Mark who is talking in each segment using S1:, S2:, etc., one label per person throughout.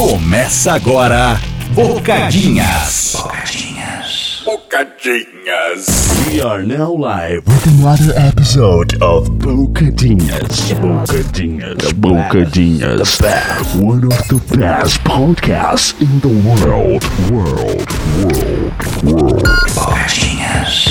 S1: Começa agora, Bocadinhas. Bocadinhas.
S2: Bocadinhas.
S1: We are now live with another episode of Bocadinhas. Bocadinhas. Bocadinhas. The best. One of the best podcasts in the world. World. World. World. Bocadinhas.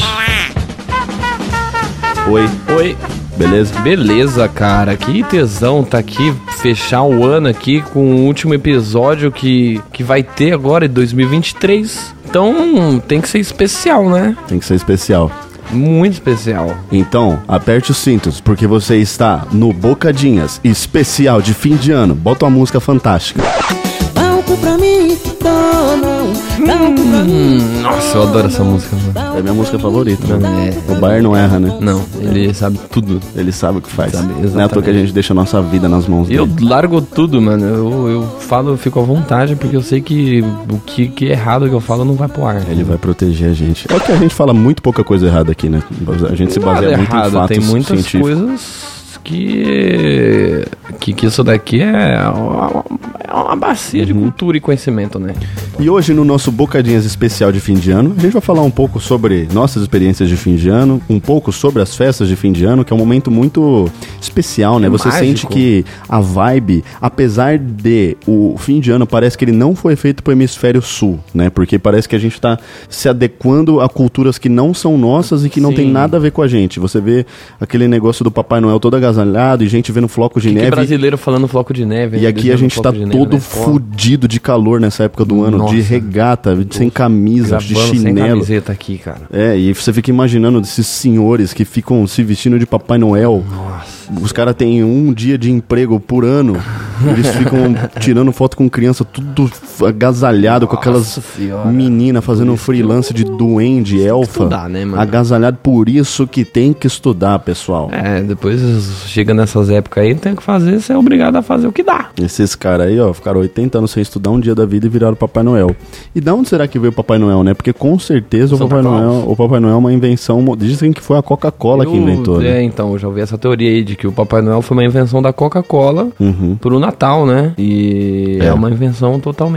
S3: Oi. Oi. Beleza? Beleza, cara. Que tesão tá aqui fechar o ano aqui com o último episódio que, que vai ter agora em 2023. Então tem que ser especial, né?
S4: Tem que ser especial.
S3: Muito especial.
S4: Então, aperte os cintos, porque você está no Bocadinhas, especial de fim de ano. Bota uma música fantástica.
S5: Banco pra mim, não, banco pra mim.
S3: Nossa, eu adoro essa música. Mano.
S4: É a minha música favorita, né?
S3: É.
S4: O Bayer não erra, né?
S3: Não, ele sabe tudo.
S4: Ele sabe o que faz.
S3: Sabe,
S4: não é à toa que a gente deixa a nossa vida nas mãos
S3: Eu
S4: dele.
S3: largo tudo, mano. Eu, eu falo, eu fico à vontade, porque eu sei que o que, que é errado que eu falo não vai pro ar.
S4: Ele vai proteger a gente. É que a gente fala muito pouca coisa errada aqui, né? A gente se baseia
S3: é Nada
S4: muito
S3: errado,
S4: em fatos
S3: tem muitas
S4: científicos.
S3: coisas que, que que isso daqui é uma, é uma bacia de cultura e conhecimento, né?
S4: E hoje, no nosso Bocadinhas especial de fim de ano, a gente vai falar um pouco sobre nossas experiências de fim de ano, um pouco sobre as festas de fim de ano, que é um momento muito especial, né? Você
S3: Mágico.
S4: sente que a vibe, apesar de o fim de ano, parece que ele não foi feito pro hemisfério sul, né? Porque parece que a gente tá se adequando a culturas que não são nossas e que não
S3: Sim.
S4: tem nada a ver com a gente. Você vê aquele negócio do Papai Noel todo agasalhado e gente vendo floco de
S3: Que
S4: neve.
S3: brasileiro falando floco de neve.
S4: E
S3: né?
S4: aqui a
S3: Desenhando
S4: gente tá
S3: floco de neve,
S4: todo
S3: né?
S4: fudido de calor nessa época do ano,
S3: Nossa.
S4: de regata, de- sem camisa,
S3: Gravando
S4: de
S3: sem
S4: chinelo.
S3: camiseta aqui, cara.
S4: É, e você fica imaginando esses senhores que ficam se vestindo de Papai Noel.
S3: Nossa.
S4: Os caras têm um dia de emprego por ano. Eles ficam tirando foto com criança, tudo f- agasalhado, com aquelas
S3: Nossa Senhora.
S4: meninas fazendo freelance de duende, elfa.
S3: estudar, né, mano?
S4: Agasalhado, por isso que tem que estudar, pessoal.
S3: É, depois chega nessas épocas aí, tem que fazer, você é obrigado a fazer o que dá.
S4: Esses caras aí, ó, ficaram 80 anos sem estudar um dia da vida e viraram Papai Noel. E da onde será que veio o Papai Noel, né? Porque com certeza o
S3: Santa
S4: Papai,
S3: Claus.
S4: Noel, o Papai Noel é uma invenção. mo- Dizem que foi a Coca-Cola que
S3: Eu-
S4: inventou, né?
S3: É, então, eu já ouvi essa teoria aí de que o Papai Noel foi uma invenção da Coca-Cola pro Natal, né? E é,
S4: Uhum. É.
S3: uma invenção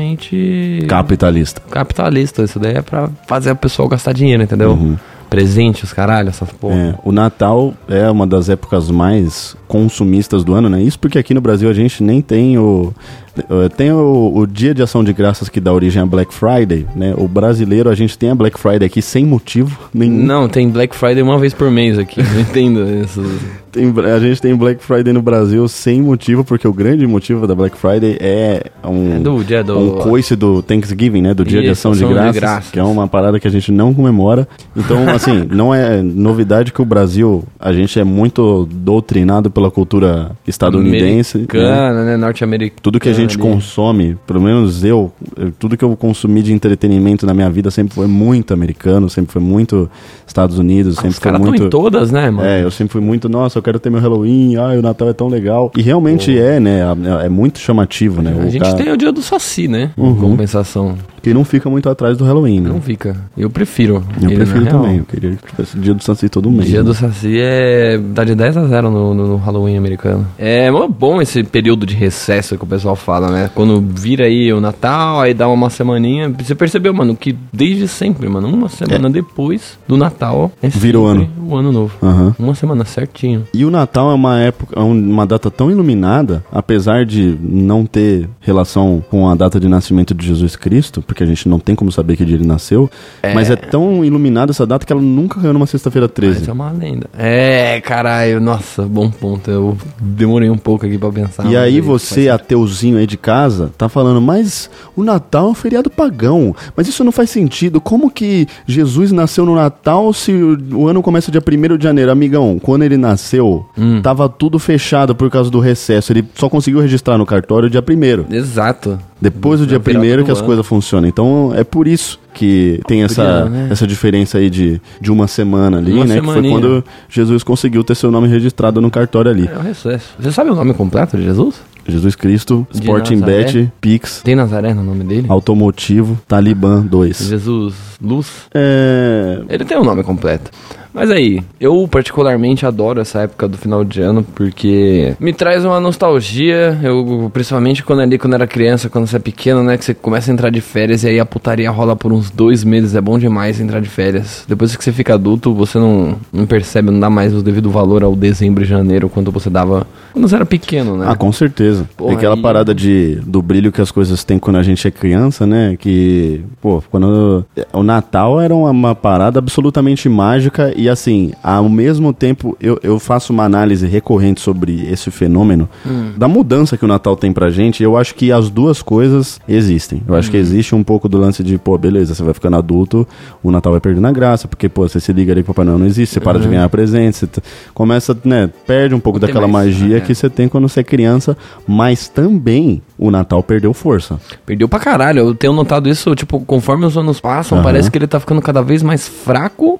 S3: totalmente
S4: Capitalista.
S3: capitalista. Isso daí é pra fazer a pessoa gastar dinheiro, entendeu? Presente, os caralho, essas porra.
S4: Uhum. É, o Natal é uma das épocas mais consumistas do ano, né? Isso porque aqui no Brasil a gente nem tem o. eh, Tem o, o dia de ação de graças que dá origem a Black Friday, né? O brasileiro, a gente tem a Black Friday aqui sem motivo nenhum.
S3: Não, tem Black Friday uma vez por mês aqui. Não entendo isso.
S4: Tem- a gente tem Black Friday no Brasil sem motivo, porque o grande motivo da Black Friday é um,
S3: É do dia do-
S4: um coice do Thanksgiving, né? Do dia de
S3: Isso,
S4: ação de
S3: ação de
S4: graças,
S3: graças.
S4: que é uma parada que a gente não comemora. Então, assim, não é novidade que o Brasil, a gente é muito doutrinado pela cultura estadunidense. né?
S3: Americana, né? Norte-americana.
S4: Tudo que a gente
S3: ali.
S4: consome, pelo menos eu, eu- tudo que eu consumi de entretenimento na minha vida sempre foi muito americano, sempre foi muito Estados Unidos, sempre
S3: Ah, Os
S4: foi
S3: caras estão
S4: muito
S3: em todas, né, mano?
S4: é, eu sempre fui muito, nossa, eu quero ter meu Halloween, ai, o Natal é tão legal. E realmente é, né? É muito chamativo, né?
S3: A
S4: O
S3: gente
S4: cara-
S3: tem o dia do Saci, né?
S4: Uhum.
S3: Em compensação.
S4: Que não fica muito atrás do Halloween, né?
S3: Não fica. Eu prefiro.
S4: Eu
S3: ele, na
S4: prefiro
S3: real.
S4: também, eu queria que tivesse o dia do Saci todo
S3: O
S4: mês.
S3: dia
S4: né?
S3: do Saci é. dá de 10 a 0 no, no- no Halloween americano. É mó bom esse período de recesso que o pessoal fala, né? Quando vira aí o Natal, aí dá uma semaninha. Você percebeu, mano, que desde sempre, mano, uma semana
S4: É.
S3: depois do Natal é
S4: Vira o
S3: sempre O ano novo.
S4: Aham.
S3: Uma semana certinho.
S4: E o Natal é uma época, é uma data tão iluminada, apesar de não ter relação com a data de nascimento de Jesus Cristo, porque a gente não tem como saber que dia ele nasceu, mas é tão iluminada essa data que ela nunca caiu numa sexta-feira
S3: Mas
S4: 13.
S3: é uma lenda. É, caralho, nossa, bom ponto. Eu demorei um pouco aqui pra pensar.
S4: E
S3: mas
S4: aí
S3: isso
S4: você,
S3: faz
S4: ateuzinho aí de casa, tá falando, mas o Natal é um feriado pagão, mas isso não faz sentido. Como que Jesus nasceu no Natal se o, o ano começa dia 1 de janeiro? Amigão, quando ele nasceu,
S3: Hum.
S4: tava tudo fechado por causa do recesso. Ele só conseguiu registrar no cartório dia 1
S3: sentido. Exato.
S4: depois do dia
S3: virada
S4: primeiro
S3: É do
S4: que as
S3: ano.
S4: coisas funcionam. Então é por isso que tem essa,
S3: né?
S4: essa diferença aí de, de uma semana ali,
S3: Uma
S4: né? Que foi
S3: semaninha.
S4: quando Jesus conseguiu ter seu nome registrado no cartório ali.
S3: É o recesso. Você sabe o nome completo de Jesus?
S4: Jesus Cristo,
S3: De
S4: Sporting
S3: Nazaré.
S4: Bet, Pix,
S3: Tem Nazaré no nome dele?
S4: Automotivo, Talibã 2.
S3: Jesus Luz.
S4: É,
S3: Ele tem o um nome completo. Mas aí, eu particularmente adoro essa época do final de ano porque me traz uma nostalgia. Eu, principalmente quando ali, quando era criança, quando você é pequeno, né? Que você começa a entrar de férias e aí a putaria rola por uns dois meses. É bom demais entrar de férias. Depois que você fica adulto, você não, não percebe, não dá mais o devido valor ao dezembro e janeiro quanto você dava quando você era pequeno, né?
S4: Ah, com certeza.
S3: Porra,
S4: Tem aquela
S3: aí-
S4: parada de, do brilho que as coisas têm quando a gente é criança, né? Que, pô, quando. O Natal era uma, uma parada absolutamente mágica e, assim, ao mesmo tempo, eu, eu faço uma análise recorrente sobre esse fenômeno
S3: Hum.
S4: da mudança que o Natal tem pra gente. e Eu acho que as duas coisas existem. Eu acho
S3: Hum.
S4: que existe um pouco do lance de, pô, beleza, você vai ficando adulto, o Natal vai perdendo a graça, porque, pô, você se liga ali que o Papai Noel não existe, você para
S3: Hum.
S4: de ganhar presente, você t- começa, né, perde um pouco
S3: tem
S4: daquela
S3: mais,
S4: magia
S3: né?
S4: que você tem quando você é criança, mas também o Natal perdeu força.
S3: Perdeu pra caralho. Eu tenho notado isso, tipo, conforme os anos passam,
S4: Aham.
S3: parece que ele tá ficando cada vez mais fraco.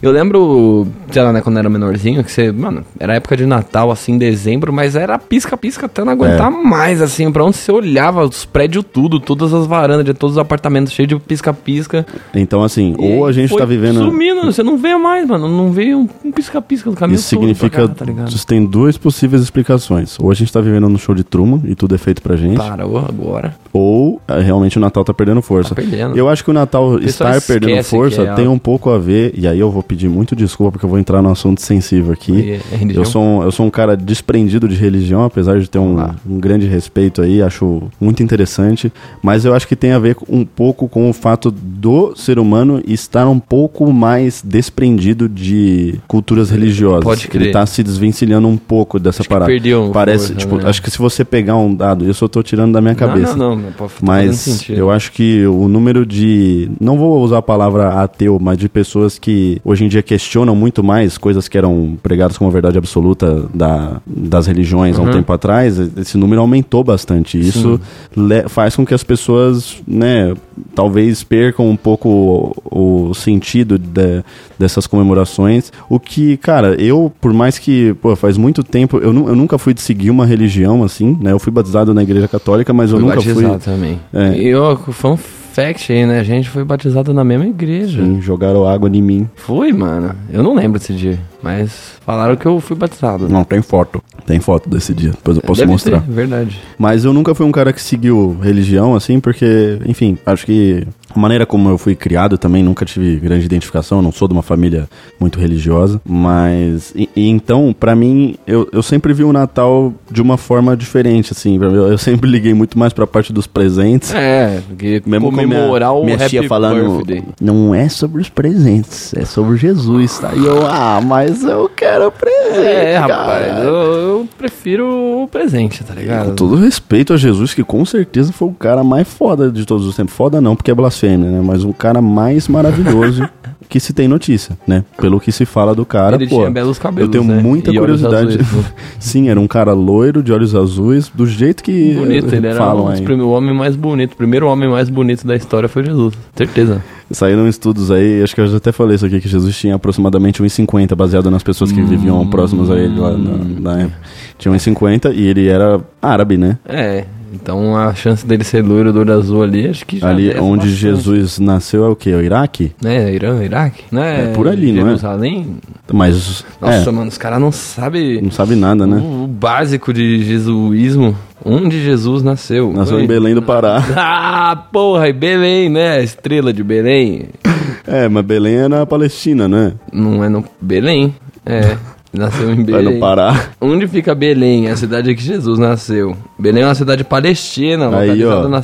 S3: Eu lembro, sei lá, né, quando era menorzinho, que você, mano, era época de Natal, assim, dezembro, mas era pisca-pisca até
S4: É.
S3: não aguentar mais, assim, pra onde você olhava, os prédios tudo, todas as varandas de todos os apartamentos cheios de pisca-pisca.
S4: Então, assim, ou a
S3: E
S4: gente
S3: foi
S4: tá vivendo.
S3: Sumindo, você não vê mais, mano, não vê um um pisca-pisca do caminho
S4: Isso
S3: todo pra
S4: significa.
S3: cá, tá ligado?
S4: isso tem duas possíveis explicações. Ou a gente tá vivendo num show de Truman e tudo é feito pra gente.
S3: Parou agora.
S4: Ou ah, realmente o Natal tá perdendo força.
S3: Tá perdendo.
S4: Eu acho que o Natal
S3: pessoal
S4: estar perdendo
S3: esquece
S4: força
S3: que é
S4: tem
S3: a-
S4: um pouco a ver. E aí eu vou pedir muito desculpa porque eu vou entrar num assunto sensível
S3: E-
S4: aqui.
S3: é religião?
S4: eu, sou um, eu sou um cara desprendido de religião, apesar de ter um, um grande respeito aí, acho muito interessante. Mas eu acho que tem a ver com- um pouco com o fato do ser humano estar um pouco mais desprendido de culturas religiosas.
S3: Pode
S4: Ele
S3: crer.
S4: tá se desvencilhando um pouco dessa
S3: Acho que
S4: parada.
S3: perdeu
S4: Parece,
S3: força,
S4: tipo,
S3: né?
S4: acho que se você pegar um dado, isso eu tô tirando da minha cabeça.
S3: Não, não, não, pô, tá fazendo
S4: Mas
S3: sentido.
S4: eu acho que o número de. Não vou usar a palavra ateu, mas de pessoas que hoje em dia questionam muito mais coisas que eram pregadas como verdade absoluta da, das religiões
S3: Uhum.
S4: há um tempo atrás, esse número aumentou bastante. Isso le- faz com que as pessoas, né, talvez percam um pouco o, o sentido de- dessas comemorações. O que, cara, eu, por mais que, pô, faz muito tempo, eu, nu- eu nunca fui de seguir uma religião assim, né? Eu fui batizado na igreja católica, mas eu
S3: Fui
S4: nunca fui.
S3: batizado também.
S4: É.
S3: E eu, fun fact aí, né? A gente foi batizado na mesma igreja.
S4: Sim, jogaram água em mim.
S3: Foi, mano. Eu não lembro desse dia, mas falaram que eu fui batizado.
S4: Não, tem foto. Tem foto desse dia, depois eu posso
S3: Deve
S4: mostrar.
S3: ter, verdade.
S4: Mas eu nunca fui um cara que seguiu religião, assim, porque, enfim, acho que a maneira como eu fui criado também, nunca tive grande identificação, não sou de uma família muito religiosa, mas. E, e então, pra mim, eu, eu sempre vi o Natal de uma forma diferente, assim, pra mim, eu, eu sempre liguei muito mais pra parte dos presentes.
S3: É, que
S4: Mesmo
S3: comemorar
S4: com minha,
S3: o
S4: minha
S3: happy
S4: tia falando,
S3: birthday.
S4: não é sobre os presentes, é sobre Jesus, tá? E eu, ah, mas eu quero presente,
S3: É,
S4: cara."
S3: rapaz, eu, eu prefiro o presente, tá
S4: Com
S3: ligado?
S4: todo respeito a Jesus, que com certeza foi o cara mais foda de todos os tempos. Foda não, porque é blasfêmia, né? Mas o cara mais maravilhoso que se tem notícia, né? Pelo que se fala do cara,
S3: Ele
S4: pô.
S3: tinha belos cabelos,
S4: eu tenho
S3: né?
S4: muita
S3: E olhos
S4: curiosidade.
S3: azuis, né?
S4: Sim, era um cara loiro, de olhos azuis, do jeito que
S3: Bonito, ele era
S4: falam
S3: um dos
S4: aí.
S3: primeiros- o homem mais bonito. O primeiro homem mais bonito da história foi Jesus. Certeza.
S4: Saíram estudos aí, acho que eu já até falei isso aqui, que Jesus tinha aproximadamente 1,50, baseado nas pessoas que viviam
S3: Hum.
S4: próximas a ele lá na, na época. Tinha 1,50 e ele era árabe, né?
S3: É, então a chance dele ser loiro do olho azul ali, acho que já
S4: Ali
S3: desce
S4: onde
S3: bastante.
S4: Jesus nasceu é o quê? O Iraque?
S3: Né, Irã, Iraque? Né,
S4: É por ali, não é?
S3: Jerusalém?
S4: Mas.
S3: Nossa,
S4: é,
S3: hum, mano, os caras não sabem
S4: não sabe nada, né?
S3: o, o básico de jesuísmo. Onde Jesus nasceu?
S4: Nasceu
S3: Oi.
S4: em Belém do Pará.
S3: Ah, porra, e Belém, né? Estrela de Belém.
S4: É, mas Belém é na Palestina, né?
S3: Não é no Belém. É, nasceu em
S4: É
S3: Belém.
S4: no Pará.
S3: Onde fica Belém, a cidade que Jesus nasceu? Belém é uma cidade palestina,
S4: Aí,
S3: localizada
S4: ó.
S3: na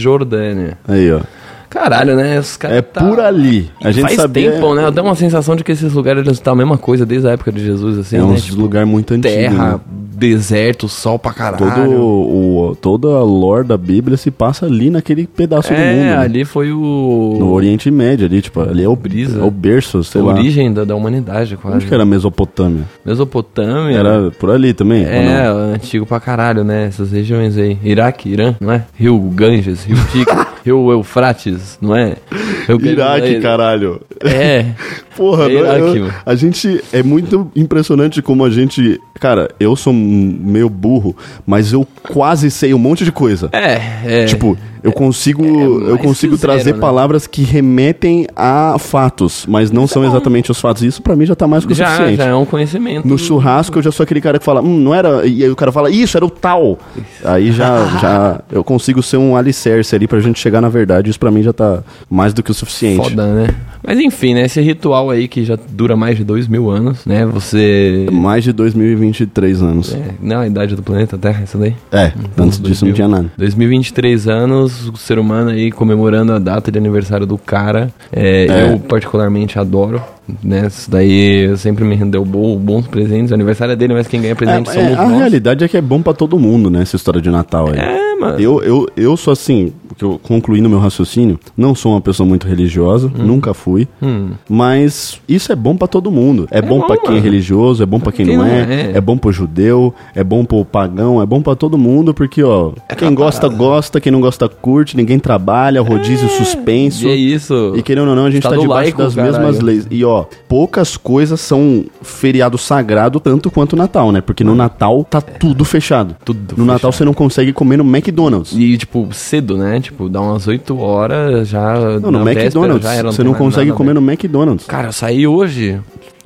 S3: Cisjordânia.
S4: Aí, ó.
S3: Caralho, né? Os caras
S4: É
S3: tá-
S4: por ali. A
S3: E
S4: gente
S3: Faz
S4: sabia.
S3: tempo, né? Eu tenho uma sensação de que esses lugares eles estão a mesma coisa desde a época de Jesus, assim,
S4: É um
S3: né? Tipo,
S4: lugar muito antigo.
S3: terra,
S4: né?
S3: deserto, sol pra caralho.
S4: Todo o, toda a lore da Bíblia se passa ali naquele pedaço do mundo.
S3: é,
S4: né?
S3: ali foi
S4: No
S3: o...
S4: Oriente Médio, ali, tipo, ali é o,
S3: Tipo, Brisa.
S4: é o berço, sei
S3: a
S4: lá.
S3: origem da, da humanidade, quase.
S4: Onde que era a Mesopotâmia?
S3: Mesopotâmia.
S4: Era por ali também? ou não?
S3: É, antigo pra caralho, né? Essas regiões aí. Iraque, Irã, não é? Rio Ganges, Rio Tigre, Rio Eufrates, não é? Rio Ganges,
S4: Iraque,
S3: é-
S4: caralho.
S3: É.
S4: Porra,
S3: É
S4: não é-
S3: Iraque,
S4: eu-
S3: mano.
S4: a gente é muito impressionante como a gente, cara, eu sou um meio burro, mas eu quase sei um monte de coisa.
S3: É, é.
S4: Tipo, Eu consigo,
S3: é
S4: eu
S3: mais
S4: consigo
S3: que zero,
S4: trazer
S3: né?
S4: palavras que remetem a fatos, mas não são exatamente os fatos. Isso pra mim já tá mais do que o
S3: tá Já,
S4: suficiente.
S3: já é um conhecimento.
S4: No churrasco eu já sou aquele cara que fala, hum, não era. E aí o cara fala, isso, era o tal. Aí já, já eu consigo ser um alicerce ali pra gente chegar na verdade. Isso pra mim já tá mais do que o suficiente.
S3: Foda, né? Mas enfim, né? Esse ritual aí que já dura mais de dois mil anos, né? Você.
S4: Mais de 2023 anos. É,
S3: É, não, a idade do planeta Terra, essa daí?
S4: antes disso não
S3: 2000.
S4: tinha nada.
S3: 2023 anos, o ser humano aí comemorando a data de aniversário do cara. É,
S4: É.
S3: Eu particularmente adoro, né? Isso daí sempre me rendeu bo- bons presentes. O aniversário é dele, mas quem ganha presente
S4: É, é,
S3: somos
S4: a
S3: nós.
S4: realidade é que é bom pra todo mundo, né? Essa história de Natal aí.
S3: É, mano.
S4: Eu, eu, eu sou assim, que eu, concluindo meu raciocínio, não sou uma pessoa muito religiosa, nunca fui, mas isso é bom pra todo mundo. Hum. É, bom,
S3: bom,
S4: pra quem é
S3: mano.
S4: religioso, é bom pra quem, não, é, é, bom pro judeu, é bom pro pagão, é bom pra todo mundo, porque, ó, quem gosta, gosta, quem não gosta, curte, ninguém trabalha, rodízio suspenso.
S3: E é isso.
S4: É. E querendo ou não, a gente tá,
S3: Estado
S4: debaixo
S3: laico,
S4: das
S3: caralho.
S4: mesmas leis. E ó, poucas coisas são feriado sagrado tanto quanto o Natal, né? Porque no Natal tá tudo fechado.
S3: É. Tudo
S4: no Natal você não consegue comer no McDonald's.
S3: E, tipo, cedo, né? Tipo, dá umas 8 horas já.
S4: Não,
S3: na
S4: no
S3: véspera
S4: McDonald's.
S3: já era,
S4: você
S3: tem
S4: não
S3: mais
S4: consegue
S3: nada,
S4: comer
S3: velho.
S4: no McDonald's.
S3: Cara, eu saí hoje.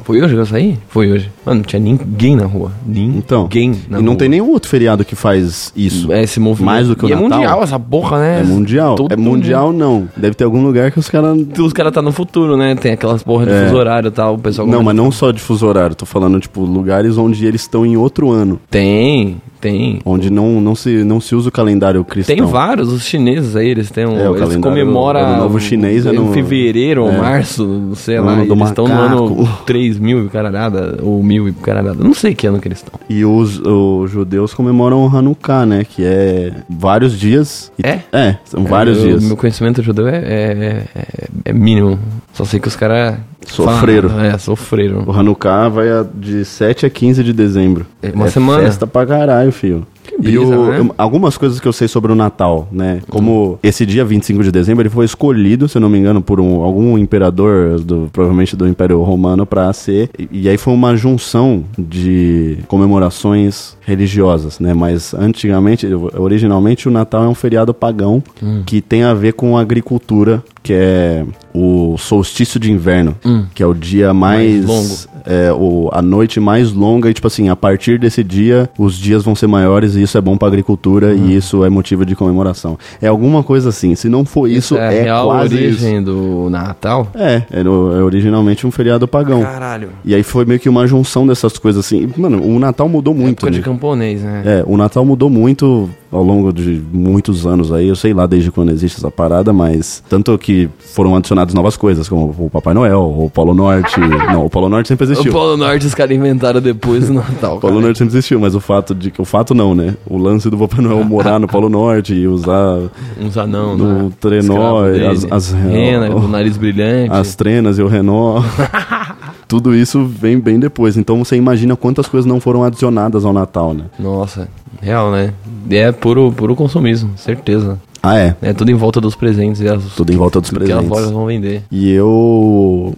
S3: Foi hoje que eu saí? Foi hoje. Mano, não tinha ninguém na rua. Ninguém
S4: Então,
S3: na
S4: e não
S3: rua.
S4: tem nenhum outro feriado que faz isso.
S3: É esse movimento.
S4: Mais do que o
S3: e
S4: Natal.
S3: é mundial essa porra, né?
S4: É mundial.
S3: Todo
S4: é mundial não. Deve ter algum lugar que os caras...
S3: mundo- Os caras tá no futuro, né? Tem aquelas porra de
S4: É.
S3: fuso horário e tal. O pessoal...
S4: Não, mas não só de fuso horário. Tô falando, tipo, lugares onde eles estão em outro ano.
S3: Tem, tem.
S4: Onde não, não, se, não se usa o calendário cristão.
S3: Tem vários, os chineses aí, eles têm um.
S4: É, o
S3: eles
S4: calendário-
S3: comemoram.
S4: o Ano Novo Chinês é
S3: em
S4: no-
S3: fevereiro ou
S4: é.
S3: março, não sei
S4: No
S3: lá.
S4: ano
S3: e
S4: do
S3: eles estão no ano
S4: macaco.
S3: 3000 e caralhada, ou 1000 e caralhada. Não sei que ano que eles estão.
S4: E os, os judeus comemoram o Hanukkah, né? Que é vários dias. E-
S3: É?
S4: É, são vários
S3: Eu-
S4: dias.
S3: Meu conhecimento judeu é, é, é- é mínimo. Só sei que os caras.
S4: Sofreram.
S3: falam, É, sofreram.
S4: O Hanukkah vai a- de 7 a 15 de dezembro.
S3: É uma semana.
S4: festa pra caralho, filho. e
S3: brisa,
S4: o-
S3: né?
S4: algumas coisas que eu sei sobre o Natal, né? Como esse dia 25 de dezembro, ele foi escolhido, se eu não me engano, por um- algum imperador, do, provavelmente do Império Romano, pra ser. E, e aí foi uma junção de comemorações religiosas, né? Mas antigamente, originalmente, o Natal é um feriado pagão
S3: Hum.
S4: que tem a ver com agricultura, que é o solstício de inverno, que é o dia mais,
S3: Hum. Mais longo.
S4: é, o, a noite mais longa e, tipo assim, a partir desse dia, os dias vão ser maiores e isso é bom pra agricultura
S3: Hum.
S4: e isso é motivo de comemoração. É alguma coisa assim. Se não for isso,
S3: Essa
S4: é,
S3: a real
S4: quase isso.
S3: origem do Natal.
S4: É, era, é originalmente um feriado pagão.
S3: Caralho.
S4: E aí foi meio que uma junção dessas coisas assim. Mano, o Natal mudou muito.
S3: É Época de
S4: né?
S3: camponês, né?
S4: É, o Natal mudou muito ao longo de muitos anos aí, eu sei lá desde quando existe essa parada, mas tanto que foram adicionadas novas coisas, como o Papai Noel, o Polo Norte. Não, o Polo Norte sempre
S3: O
S4: existiu.
S3: Polo Norte os caras inventaram depois do Natal.
S4: O Polo
S3: cara.
S4: É, Norte sempre existiu, mas o fato de que. O fato não, né? O lance do Papai Noel morar no Polo Norte e usar
S3: Uns anão,
S4: Do
S3: né?
S4: trenó,
S3: Escravo
S4: as-
S3: dele.
S4: as-
S3: Rena, do nariz brilhante.
S4: as trenas e o Renault. Tudo isso vem bem depois. Então você imagina quantas coisas não foram adicionadas ao Natal, né?
S3: Nossa, real, né? É puro, puro consumismo, certeza.
S4: Ah, é.
S3: É tudo em volta dos presentes e as
S4: Tudo em volta dos
S3: que as
S4: presentes.
S3: lojas vão vender.
S4: E eu.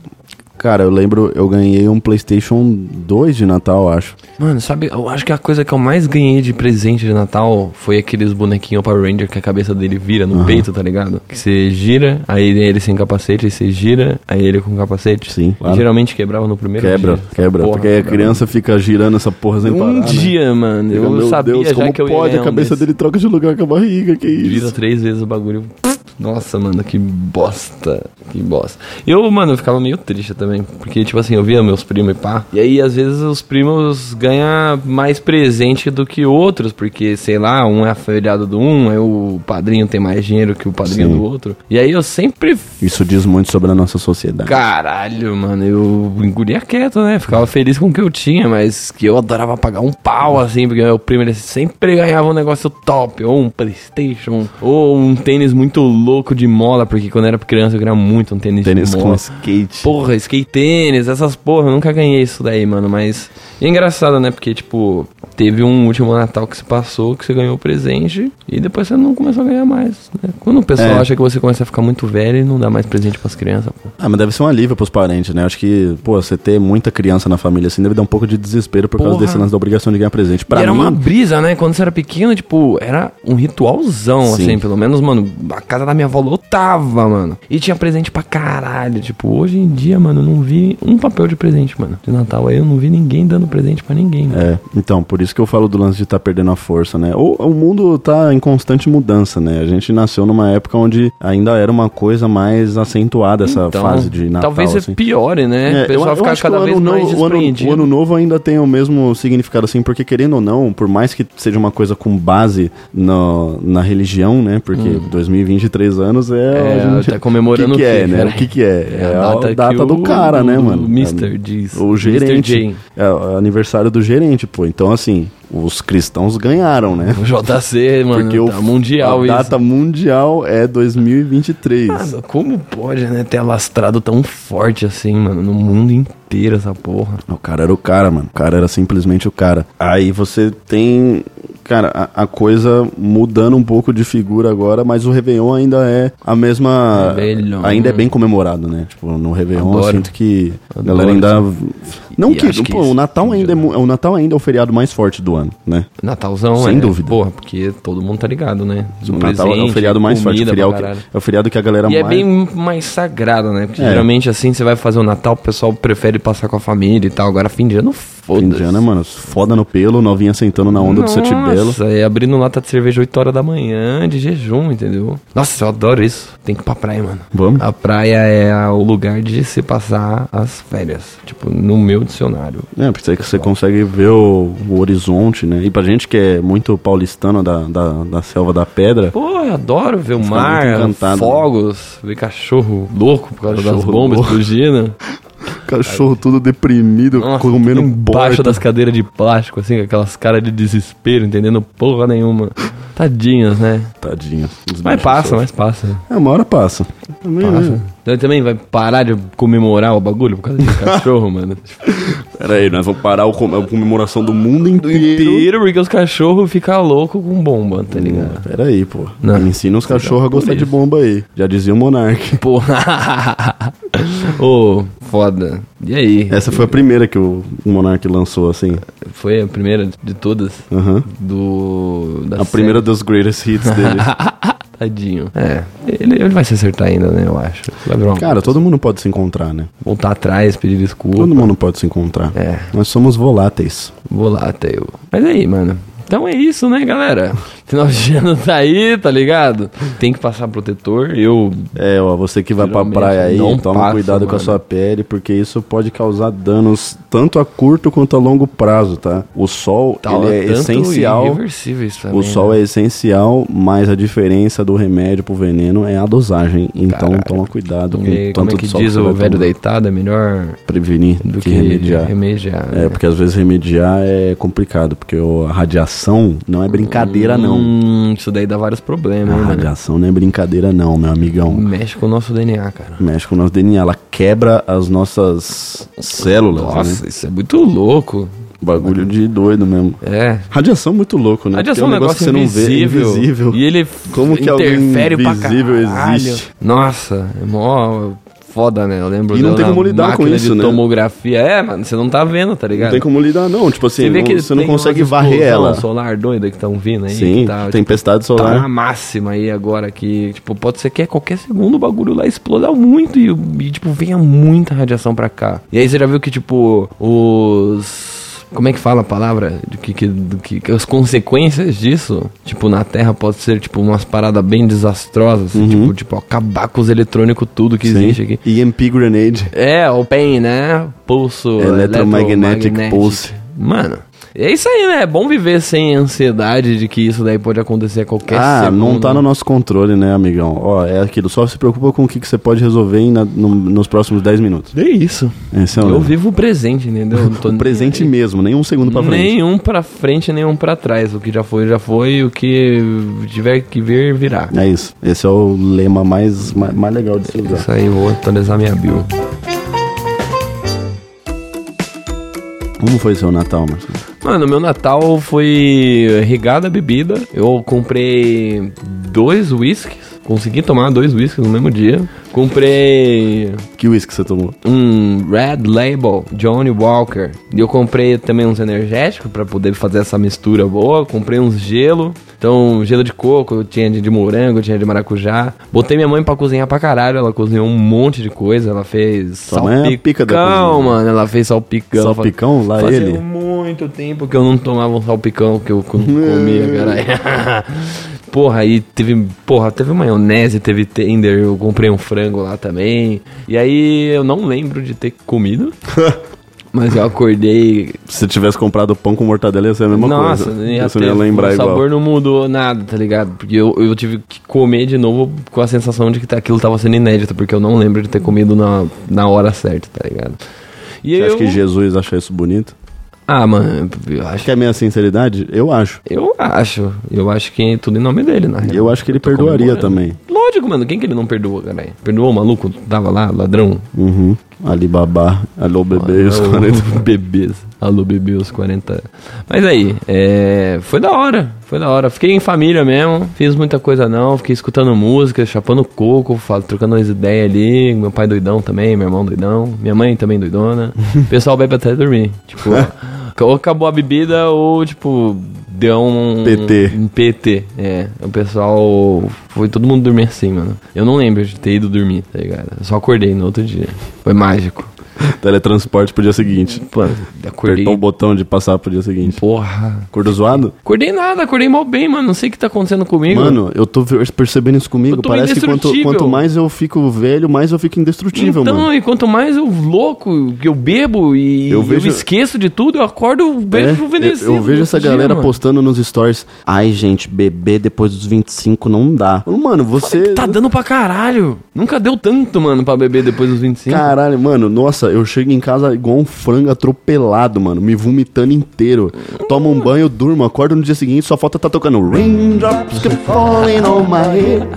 S4: Cara, eu lembro, eu ganhei um PlayStation 2 de Natal, acho.
S3: Mano, sabe, eu acho que a coisa que eu mais ganhei de presente de Natal foi aqueles bonequinhos Power Ranger que a cabeça dele vira no peito, tá ligado? Que você gira, aí ele sem capacete, aí você gira, aí ele com capacete.
S4: Sim,
S3: E
S4: claro.
S3: geralmente quebrava no primeiro
S4: Quebra,
S3: dia. Essa
S4: quebra.
S3: porra,
S4: porque aí a
S3: cara.
S4: criança fica girando essa porra sem parar.
S3: Um
S4: né?
S3: dia, mano, eu
S4: Fica, meu
S3: sabia
S4: Deus,
S3: já
S4: como
S3: que eu ia
S4: pode? A
S3: ganhar um
S4: cabeça
S3: desse.
S4: dele troca de lugar com a barriga, que
S3: Vira
S4: isso?
S3: três vezes o bagulho. Nossa, mano, que bosta. Que bosta. Eu, mano, eu ficava meio triste também. Porque, tipo assim, eu via meus primos e pá. E aí, às vezes, os primos ganham mais presente do que outros. Porque, sei lá, um é afiliado do um, aí o padrinho tem mais dinheiro que o padrinho
S4: Sim.
S3: do outro. E aí eu sempre.
S4: Isso diz muito sobre a nossa sociedade.
S3: Caralho, mano, eu engolia quieto, né? Ficava feliz com o que eu tinha, mas que eu adorava pagar um pau, assim, porque meu primo ele sempre ganhava um negócio top, ou um Playstation, ou um tênis muito louco de mola, porque quando eu era criança eu queria muito um tênis,
S4: Tênis
S3: de
S4: com
S3: mola.
S4: skate.
S3: Porra, skate tênis, essas porra, eu nunca ganhei isso daí, mano, mas... E é engraçado, né, porque, tipo, teve um último Natal que se passou, que você ganhou o presente e depois você não começou a ganhar mais. né? Quando o pessoal
S4: É.
S3: acha que você começa a ficar muito velho e não dá mais presente pras crianças, pô.
S4: Ah, mas deve ser um alívio pros parentes, né? Acho que, pô, você ter muita criança na família assim deve dar um pouco de desespero por causa
S3: Porra.
S4: desse lance da obrigação de ganhar presente. Pra
S3: e era
S4: mim,
S3: uma brisa, né? Quando você era pequeno, tipo, era um ritualzão,
S4: Sim.
S3: assim, pelo menos, mano, a casa da minha avó lotava, mano. E tinha presente pra caralho. Tipo, hoje em dia, mano, eu não vi um papel de presente, mano. De Natal aí eu não vi ninguém dando presente pra ninguém, mano.
S4: É, então, por isso que eu falo do lance de estar perdendo a força, né? O, o mundo tá em constante mudança, né? A gente nasceu numa época onde ainda era uma coisa mais acentuada essa fase de Natal.
S3: Então, talvez
S4: assim.
S3: é piore, né?
S4: É,
S3: o pessoal fica
S4: acho que
S3: cada vez
S4: ano
S3: mais
S4: novo- o ano-
S3: despreendido.
S4: O ano novo ainda tem o mesmo significado, assim, porque querendo ou não, por mais que seja uma coisa com base no- na religião, né? Porque 2023 anos é.
S3: Hum. É,
S4: a gente-
S3: tá comemorando
S4: o que, que
S3: o quê,
S4: é, né?
S3: cara?
S4: O que, que é?
S3: É a data que
S4: do
S3: o-
S4: cara, né,
S3: o
S4: mano?
S3: Mr. diz.
S4: O
S3: Mr.
S4: gerente.
S3: Jane.
S4: É, o aniversário do gerente, pô. Então, assim, os cristãos ganharam, né?
S3: O JC, mano,
S4: Porque
S3: tá mundial
S4: a
S3: isso.
S4: data mundial é 2023.
S3: Mano, como pode, né, ter alastrado tão forte assim, mano, no mundo inteiro essa porra.
S4: O cara era o cara, mano. O cara era simplesmente o cara. Aí você tem. Cara, a, a coisa mudando um pouco de figura agora, mas o Réveillon ainda é a mesma.
S3: Réveillon.
S4: Ainda é bem comemorado, né? Tipo, no Réveillon eu
S3: Adoro.
S4: sinto que a galera
S3: Adoro.
S4: ainda. Não
S3: E
S4: que.
S3: acho que
S4: Pô, o
S3: isso-
S4: Natal ainda é, mu- o Natal ainda é o feriado mais forte do ano, né?
S3: Natalzão,
S4: Sem
S3: é,
S4: dúvida.
S3: Porra, porque todo mundo tá ligado, né? Do
S4: O Natal é o
S3: presente,
S4: feriado mais forte.
S3: comida
S4: o
S3: pra
S4: feriado que-
S3: caralho.
S4: é o feriado que a galera
S3: E é
S4: mais.
S3: bem mais sagrado, né? Porque
S4: É.
S3: geralmente assim você vai fazer o Natal, o pessoal prefere passar com a família e tal. Agora fim de ano, foda-se.
S4: Fim de ano, é mano. Foda no pelo, novinha sentando na onda do sete belo.
S3: Nossa, e abrindo lata de cerveja 8 horas da manhã, de jejum, entendeu? Nossa, eu adoro isso. Tem que ir pra praia, mano.
S4: Vamos?
S3: A praia é a- o lugar de se passar as férias. Tipo, no meu dicionário.
S4: É, porque aí que você consegue ver o, o horizonte, né? E pra gente que é muito paulistano da, da, da selva da pedra,
S3: Pô, eu adoro ver o
S4: Fica
S3: mar,
S4: muito encantado, né?
S3: fogos, ver cachorro louco por causa das
S4: Cachorro
S3: bombas
S4: louco.
S3: explodindo.
S4: cachorro todo deprimido,
S3: Nossa,
S4: comendo
S3: embaixo
S4: borda.
S3: das cadeiras de plástico, assim, com aquelas caras de desespero, entendendo porra nenhuma. Tadinhas, né?
S4: Tadinho.
S3: Mas passa, mas passa.
S4: É, uma hora passa.
S3: Passa. Então também vai parar de comemorar o bagulho por causa de cachorro, mano.
S4: Pera aí, nós vamos parar o com- a comemoração do mundo inteiro.
S3: Inteiro porque os cachorros ficam loucos com bomba, tá
S4: Ah,
S3: ligado?
S4: Pera aí, pô.
S3: Não.
S4: Me ensina os cachorros a gostar de bomba aí. Já dizia o Monark.
S3: Porra. Ô, foda. E aí?
S4: Essa foi a primeira que o o Monark lançou, assim.
S3: Foi a primeira de todas?
S4: Aham.
S3: Do. da
S4: A primeira dos greatest hits dele.
S3: série. Tadinho. É. Ele, ele vai se acertar ainda, né? Eu acho. Vai virar uma-
S4: Cara, todo mundo pode se encontrar, né?
S3: voltar atrás, pedir desculpa.
S4: Todo mundo pode se encontrar.
S3: É.
S4: Nós somos voláteis.
S3: Vou lá até eu. Mas aí, mano. Então é isso, né, galera? Final de ano tá aí, tá ligado? Tem que passar protetor. Eu
S4: É, ó, você que vai pra
S3: Geralmente
S4: praia aí,
S3: não
S4: toma
S3: passa,
S4: cuidado com a
S3: mano.
S4: sua pele, porque isso pode causar danos tanto a curto quanto a longo prazo, tá? O sol,
S3: tava
S4: ele é
S3: tanto
S4: essencial.
S3: irreversíveis também,
S4: O sol
S3: né?
S4: é essencial, mas a diferença do remédio pro veneno é a dosagem. Então
S3: Caralho.
S4: toma cuidado com
S3: E
S4: o
S3: como
S4: tanto
S3: é
S4: de
S3: que
S4: sol
S3: diz
S4: você
S3: o
S4: vai
S3: velho
S4: tomar.
S3: deitado é melhor
S4: Prevenir
S3: do que,
S4: remediar.
S3: remediar, né?
S4: É, porque às vezes remediar é complicado, porque o- a radiação não é brincadeira, não.
S3: Hum, isso daí dá vários problemas,
S4: A
S3: hein, mano?
S4: radiação não é brincadeira, não, meu amigão.
S3: Mexe com o nosso DNA, cara.
S4: Mexe com o nosso DNA, ela quebra as nossas células, né?
S3: Nossa, isso é muito louco.
S4: Bagulho de doido mesmo.
S3: É.
S4: Radiação é muito louco, né?
S3: Radiação é um
S4: Porque
S3: negócio, invisível,
S4: é invisível.
S3: E ele
S4: Como que alguém
S3: interfere pra
S4: invisível
S3: caralho.
S4: existe?
S3: Nossa, é mó foda, né? Eu lembro
S4: E não
S3: dela
S4: tem
S3: na
S4: como lidar com
S3: máquina
S4: isso,
S3: de
S4: né?
S3: tomografia. É, mano, você não tá vendo, tá ligado?
S4: Não tem como lidar, não. Tipo assim, não- você, não
S3: tem umas
S4: consegue varrer
S3: explosão
S4: ela.
S3: solar doida que estão vindo aí.
S4: Sim,
S3: que tá,
S4: tempestade
S3: tipo, tá
S4: solar.
S3: na máxima aí agora que, tipo, pode ser que a qualquer segundo o bagulho lá exploda muito e, e, tipo, venha muita radiação pra cá. E aí você já viu que, tipo, os... Como é que fala a palavra? Do que, que, do que, que as consequências disso, tipo, na Terra pode ser, tipo, umas paradas bem desastrosas, assim, tipo, tipo, acabar com os eletrônicos tudo que
S4: Sim.
S3: existe aqui.
S4: EMP Grenade.
S3: É, o PEN, né? Pulso
S4: Electromagnetic
S3: eletromagnético.
S4: pulse.
S3: Mano, é isso aí, né? É bom viver sem ansiedade de que isso daí pode acontecer a qualquer
S4: ah,
S3: segundo.
S4: não tá no nosso controle, né, amigão? Ó, é aquilo. Só se preocupa com o que, que você pode resolver em na- no- nos próximos 10 minutos.
S3: É isso.
S4: Esse é o
S3: Eu
S4: lema.
S3: vivo o presente, entendeu? Eu não tô
S4: O
S3: nem
S4: presente
S3: aí.
S4: mesmo, nem um segundo pra frente.
S3: Nenhum pra frente, nenhum pra trás. O que já foi, já foi. O que tiver que vir, virá.
S4: É isso. Esse é o lema mais, ma- mais, legal de se
S3: É
S4: usar.
S3: Isso aí, vou atualizar minha bio.
S4: Como foi seu Natal, Marcelo?
S3: Mano, meu Natal foi regada a bebida. Eu comprei dois whiskies. Consegui tomar dois whiskies no mesmo dia. Comprei
S4: Que uísque você tomou?
S3: um Red Label Johnny Walker. E eu comprei também uns energéticos pra poder fazer essa mistura boa. Comprei uns gelo. Então, gelo de coco, tinha de, de morango, tinha de maracujá. Botei minha mãe pra cozinhar pra caralho. Ela cozinhou um monte de coisa. Ela fez
S4: Sua mãe é a pica da
S3: salpicão,
S4: cozinha.
S3: mano. Ela fez salpicão.
S4: Salpicão? Lá
S3: Fazia um
S4: ele?
S3: muito tempo que eu não tomava um salpicão que eu não comia,
S4: É.
S3: caralho. Porra, aí teve, porra, teve maionese, teve tender, eu comprei um frango lá também. E aí eu não lembro de ter comido, mas eu acordei.
S4: Se tivesse comprado pão com mortadela ia ser a mesma
S3: Nossa,
S4: É coisa.
S3: ia
S4: Você
S3: ter,
S4: não ia lembrar
S3: o
S4: igual.
S3: sabor não mudou nada, tá ligado? Porque eu, eu tive que comer de novo com a sensação de que tá- aquilo tava sendo inédito, porque eu não lembro de ter comido na, na hora certa, tá ligado? E
S4: Você
S3: eu...
S4: acha que Jesus acha isso bonito?
S3: Ah, mano, eu acho
S4: Acho que é a minha sinceridade? Eu acho.
S3: Eu acho. Eu acho que é tudo em nome dele, na real.
S4: E eu acho que ele
S3: tô
S4: perdoaria
S3: comemorando.
S4: também.
S3: Lógico, mano. Quem que ele não perdoa, caralho? Perdoou o maluco? Tava lá, ladrão?
S4: Uhum. Alibaba, alô bebê, os
S3: Alô,
S4: 40.
S3: Bebês. Alô, bebê, os 40. Mas aí, é... foi da hora. Foi da hora. Fiquei em família mesmo. Fiz muita coisa não. Fiquei escutando música, chapando coco, fal- trocando umas ideias ali. Meu pai doidão também, meu irmão doidão. Minha mãe também doidona. O pessoal bebe até dormir. Tipo, ou acabou a bebida ou, tipo, deu um...
S4: PT.
S3: Um PT, é. O pessoal... Foi todo mundo dormir assim, mano. Eu não lembro de ter ido dormir, tá ligado? Eu só acordei no outro dia. Foi mágico.
S4: Teletransporte pro dia seguinte.
S3: Pô, acordei.
S4: Apertou o botão de passar pro dia seguinte.
S3: Porra.
S4: Acordo zoado?
S3: Acordei nada, acordei mal bem, mano. Não sei o que tá acontecendo comigo.
S4: Mano, eu tô ver- percebendo isso comigo.
S3: Eu tô
S4: Parece que quanto,
S3: indestrutível.
S4: quanto mais eu fico velho, mais eu fico indestrutível,
S3: então,
S4: é mano.
S3: e quanto mais eu louco, que eu bebo e
S4: Eu
S3: eu,
S4: vejo-
S3: esqueço de tudo, eu acordo, eu
S4: É,
S3: vejo envelhecido.
S4: eu, eu vejo essa
S3: dia,
S4: galera
S3: mano.
S4: postando nos stories. Ai, gente, beber depois dos 25 não dá. Mano, você.
S3: Tá dando pra caralho. Nunca deu tanto, mano, pra beber depois dos 25.
S4: Caralho, mano, nossa, eu chego em casa igual um frango atropelado, mano, me vomitando inteiro. Tomo um banho, durmo, acordo no dia seguinte, só falta tá tocando Raindrops keep falling on my head.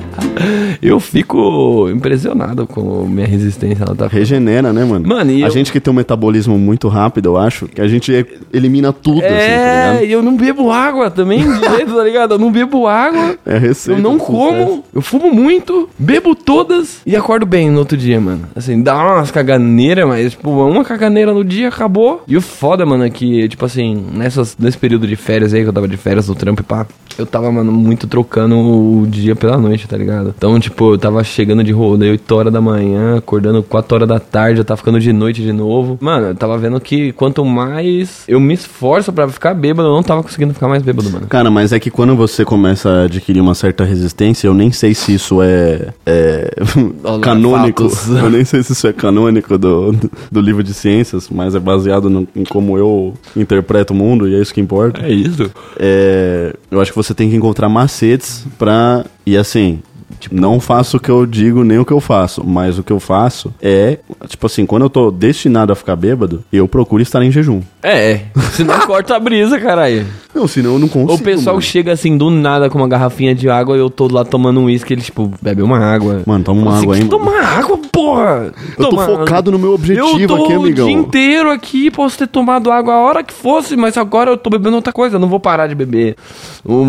S3: Eu fico impressionado com minha resistência. Ela tá
S4: Regenera, né, mano?
S3: Mano, e
S4: a
S3: eu-
S4: gente que tem um metabolismo muito rápido, eu acho, que a gente e- elimina tudo, assim, tá
S3: É,
S4: ligado?
S3: e eu não bebo água também, direito, tá ligado? Eu não bebo água.
S4: É a receita
S3: Eu não
S4: do sucesso.
S3: como, eu fumo muito, bebo todas e acordo bem no outro dia, mano. Assim, dá umas caganeiras, mas, tipo, uma caganeira no dia acabou. E o foda, mano, é que, tipo assim, nessas, nesse período de férias aí, que eu tava de férias do trampo e pá, eu tava, mano, muito trocando o dia pela noite, tá ligado? Então, tipo, eu tava chegando de rolê 8 horas da manhã, acordando 4 horas da tarde, eu tava ficando de noite de novo. Mano, eu tava vendo que quanto mais eu me esforço pra ficar bêbado, eu não tava conseguindo ficar mais bêbado, mano.
S4: Cara, mas é que quando você começa a adquirir uma certa resistência, eu nem sei se isso é, é
S3: Olha,
S4: canônico.
S3: fatos.
S4: Eu nem sei se isso é canônico do, do, do livro de ciências, mas é baseado no- em como eu interpreto o mundo e é isso que importa.
S3: É isso.
S4: É, eu acho que você tem que encontrar macetes pra. E assim. não faço o que eu digo nem o que eu faço, mas o que eu faço é, tipo assim, quando eu tô destinado a ficar bêbado, eu procuro estar em jejum.
S3: É, senão corta a brisa, caralho.
S4: Não, senão eu não consigo.
S3: o pessoal
S4: mano.
S3: chega assim do nada com uma garrafinha de água e eu tô lá tomando um uísque, ele tipo, bebe uma água.
S4: Mano, toma uma
S3: Você
S4: água
S3: que
S4: aí, mano.
S3: Tomar água, porra!
S4: Eu tô
S3: Toma-
S4: focado no meu objetivo
S3: eu tô
S4: aqui,
S3: o
S4: amigão.
S3: dia inteiro aqui, posso ter tomado água a hora que fosse, mas agora eu tô bebendo outra coisa, eu não vou parar de beber o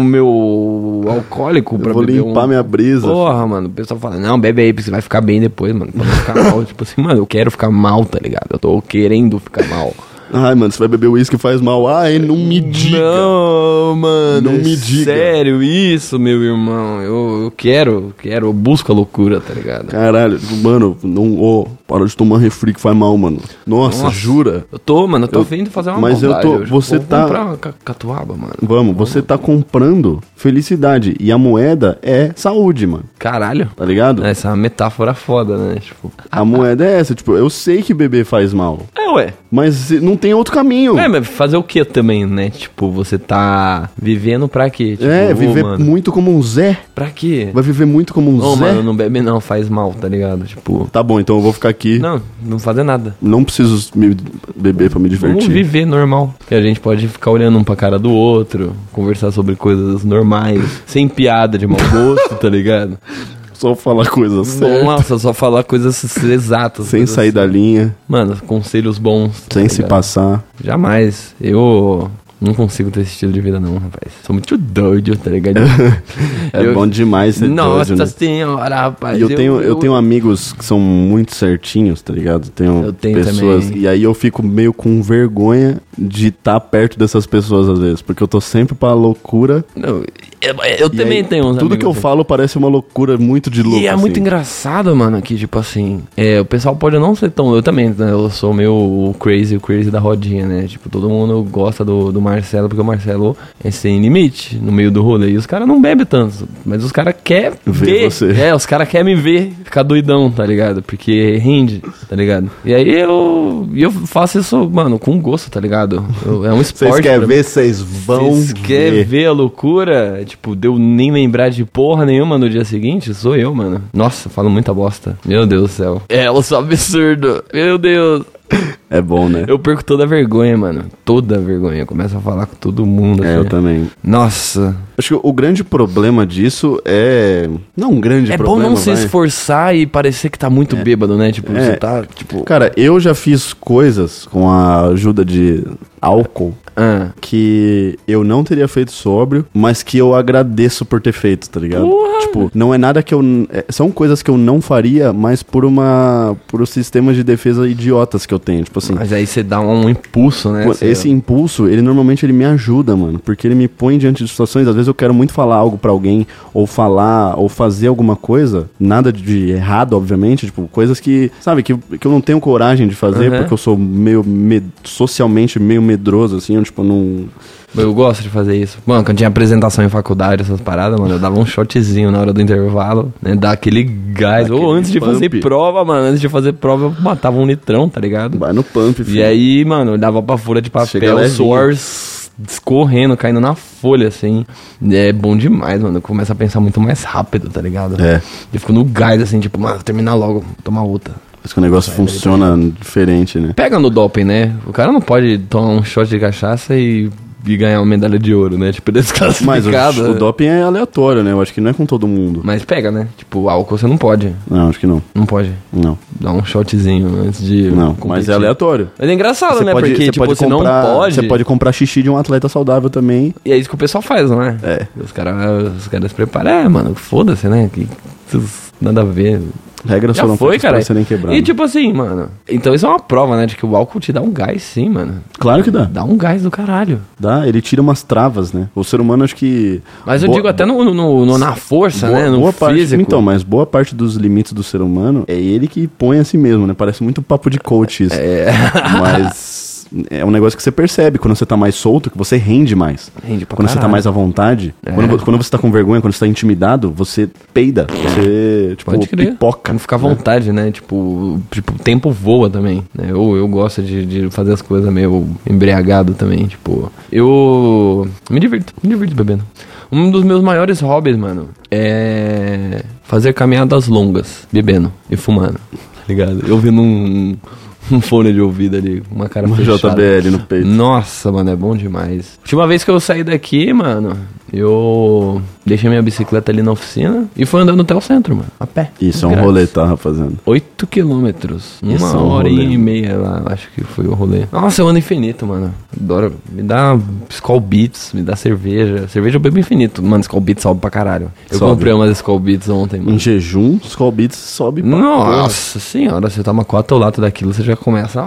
S3: meu alcoólico pra
S4: Eu vou
S3: beber
S4: limpar
S3: um...
S4: minha brisa.
S3: Porra, mano, o pessoal fala, não, bebe aí, porque você vai ficar bem depois, mano, pra não ficar mal. tipo assim, mano, eu quero ficar mal, tá ligado? Eu tô querendo ficar mal.
S4: Ai, mano, você vai beber uísque e faz mal. Ai, não me diga.
S3: Não, mano.
S4: Não
S3: é
S4: me diga.
S3: Sério, isso, meu irmão. Eu, eu quero, eu quero, eu busco a loucura, tá ligado?
S4: Caralho, mano, não, ô, para de tomar refri que faz mal, mano. Nossa,
S3: Nossa.
S4: jura?
S3: Eu tô, mano, eu tô
S4: Eu-
S3: vindo fazer uma
S4: mas eu
S3: maldade
S4: tô-
S3: hoje.
S4: você
S3: Vou
S4: tá-
S3: comprar uma ca- catuaba, mano.
S4: Vamos, você tá comprando felicidade e a moeda é saúde, mano.
S3: Caralho.
S4: Tá ligado?
S3: Essa é uma metáfora foda, né? Tipo.
S4: A moeda é essa, tipo, eu sei que beber faz mal,
S3: É, ué.
S4: mas não tem outro caminho.
S3: É, mas fazer o que também, né? Tipo, você tá vivendo pra quê? Tipo,
S4: É,
S3: ô,
S4: viver
S3: mano,
S4: muito como um Zé.
S3: Pra quê?
S4: Vai viver muito como um
S3: Ô,
S4: Zé.
S3: mano, não bebe não, faz mal, tá ligado? Tipo.
S4: Tá bom, então eu vou ficar aqui. Não,
S3: Não, não fazer nada.
S4: preciso me beber pra me divertir.
S3: Vamos viver normal. Que a gente pode ficar olhando um pra cara do outro, conversar sobre coisas normais, sem piada de mau gosto, tá ligado?
S4: Só falar coisas sérias.
S3: Nossa, só falar coisas exatas.
S4: Sem
S3: coisas-
S4: sair da linha,
S3: Mano, conselhos bons. tá
S4: sem se
S3: ligado?
S4: passar.
S3: Jamais. Eu Não consigo ter esse estilo de vida, não, rapaz. Sou muito doido, tá ligado?
S4: É
S3: Eu-
S4: bom demais ser
S3: Nossa
S4: doido, né?
S3: senhora, rapaz.
S4: E eu tenho, eu tenho amigos que são muito certinhos, tá ligado? Tenho
S3: Eu tenho
S4: pessoas.
S3: também.
S4: E aí eu fico meio com vergonha de estar perto dessas pessoas às vezes. Porque eu tô sempre pra loucura.
S3: Não, eu, eu
S4: E
S3: também
S4: aí,
S3: tenho uns
S4: Tudo
S3: amigos
S4: que eu
S3: assim.
S4: falo parece uma loucura muito de louco.
S3: E é
S4: assim.
S3: muito engraçado, mano, que, tipo assim, é, o pessoal pode não ser tão. Eu também, né? Eu sou meio o crazy, o crazy da rodinha, né? Tipo, todo mundo gosta do, do Marcelo, porque o Marcelo é sem limite no meio do rolê. E os caras não bebem tanto. Mas os caras querem
S4: Ver
S3: ver.
S4: você.
S3: É, os caras querem me ver ficar doidão, tá ligado? Porque rende, tá ligado? E aí eu, e eu faço isso, mano, com gosto, tá ligado? Eu- é um esporte.
S4: Vocês
S3: pra
S4: querem
S3: mim.
S4: ver, vocês vão.
S3: Vocês querem ver a loucura? Tipo, deu nem lembrar de porra nenhuma no dia seguinte? Sou eu, mano. Nossa, falo muita bosta. Meu Deus do céu. É, eu sou absurdo. Meu Deus.
S4: É bom, né?
S3: Eu perco toda a vergonha, mano. Toda a vergonha. Eu Começo a falar com todo mundo.
S4: É,
S3: assim.
S4: eu também.
S3: Nossa.
S4: Acho que o grande problema disso é. Não um grande
S3: é bom
S4: problema.
S3: não se
S4: vai.
S3: esforçar e parecer que tá muito bêbado, né? Tipo,
S4: É.
S3: você tá, tipo...
S4: Cara, eu já fiz coisas com a ajuda de álcool
S3: Ah.
S4: que eu não teria feito sóbrio, mas que eu agradeço por ter feito, tá ligado? Tipo, não é nada que eu. é, são coisas que eu não faria, mas por uma. por um sistema de defesa idiotas que eu tenho. Tipo assim.
S3: Mas aí você dá um impulso, né?
S4: Pô,
S3: Você-
S4: Esse impulso, ele normalmente ele me ajuda, mano, porque ele me põe diante de situações, às vezes eu quero muito falar algo pra alguém ou falar ou fazer alguma coisa, nada de errado, obviamente, tipo, coisas que, sabe, que, que eu não tenho coragem de fazer
S3: Uhum.
S4: porque eu sou meio med- socialmente meio medroso assim, eu, tipo, não
S3: Eu gosto de fazer isso. Mano, quando tinha apresentação em faculdade, essas paradas, mano, eu dava um shotzinho na hora do intervalo, né? Dar aquele gás. Ou
S4: Aquele
S3: antes de
S4: pump.
S3: fazer prova, mano, antes de fazer prova, eu matava um litrão, tá ligado?
S4: vai no pump,
S3: E
S4: filho.
S3: aí, mano, eu dava pra folha de
S4: Chega
S3: papel,
S4: levinho.
S3: suor s- escorrendo, caindo na folha, assim. É bom demais, mano. Começa a pensar muito mais rápido, tá ligado?
S4: É.
S3: Eu fico no gás, assim, tipo, mano, terminar logo, vou tomar outra.
S4: Mas que o negócio funciona diferente, né?
S3: Pega no doping, né? O cara não pode tomar um shot de cachaça e, e ganhar uma medalha de ouro, né? Tipo, desclassificado.
S4: Mas o, o
S3: né?
S4: doping é aleatório, né? Eu acho que não é com todo mundo.
S3: Mas pega, né? Tipo, álcool você não pode.
S4: Não, acho que não.
S3: Não pode.
S4: Não.
S3: Dá um shotzinho antes de.
S4: Não,
S3: competir.
S4: mas é aleatório.
S3: Mas é engraçado, né? Porque, tipo, você não pode.
S4: Você pode comprar xixi de um atleta saudável também.
S3: E é isso que o pessoal faz, não é?
S4: É.
S3: Os caras os caras se preparam. É, mano, foda-se, né? Que, isso- nada a ver.
S4: Regras
S3: Já
S4: foram
S3: foi,
S4: feitas
S3: cara.
S4: pra serem quebradas.
S3: E tipo assim, mano. Então isso é uma prova, né? De que o álcool te dá um gás, sim, mano.
S4: claro que dá.
S3: Dá um gás do caralho.
S4: Dá, ele tira umas travas, né? O ser humano acho que.
S3: Mas eu
S4: boa-
S3: digo até no, no- no- na força,
S4: boa-
S3: né? No
S4: boa parte,
S3: físico.
S4: Então, mas boa parte dos limites do ser humano é ele que põe a si mesmo, né? Parece muito papo de coach isso. É. Mas é um negócio que você percebe quando você tá mais solto, que você rende mais.
S3: Rende pra
S4: Quando você tá
S3: caralho. É.
S4: mais à vontade, quando, vo- quando você tá com vergonha, quando você tá intimidado, você peida. Você, tipo,
S3: É. Pode crer.
S4: pipoca. É.
S3: Não ficar à vontade, né? Tipo, tipo, o tempo voa também, né? Eu, eu gosto de, de fazer as coisas meio embriagado também, tipo... Eu me divirto, me divirto bebendo. Um dos meus maiores hobbies, mano, é fazer caminhadas longas, bebendo e fumando, tá ligado? Eu ouvindo um, um fone de ouvido ali, uma cara
S4: Uma
S3: fechada.
S4: JBL no peito.
S3: Nossa, mano, é bom demais. Última vez que eu saí daqui, mano, eu deixei minha bicicleta ali na oficina e fui andando até o centro, mano, a pé.
S4: Isso é um
S3: Grátis.
S4: rolê, tá, rapaziada?
S3: 8 quilômetros. Uma
S4: Isso é um
S3: hora
S4: rolê.
S3: e meia lá, acho que foi o rolê. Nossa, eu ando infinito, mano. Adoro. Me dá Skull Beats, me dá cerveja. Cerveja eu bebo infinito. Mano, Skull Beats sobe pra caralho. Eu
S4: Sobe.
S3: comprei umas Skull Beats ontem, mano.
S4: Em jejum, os call beats sobe pra porra.
S3: Nossa senhora, você toma quatro latas daquilo, você já começa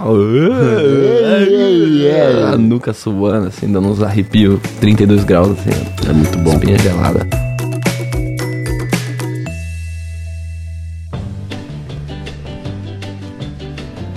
S3: a... a nuca suando, assim, dando uns arrepios, 32 graus, assim.
S4: É muito bom.
S3: Espinha gelada.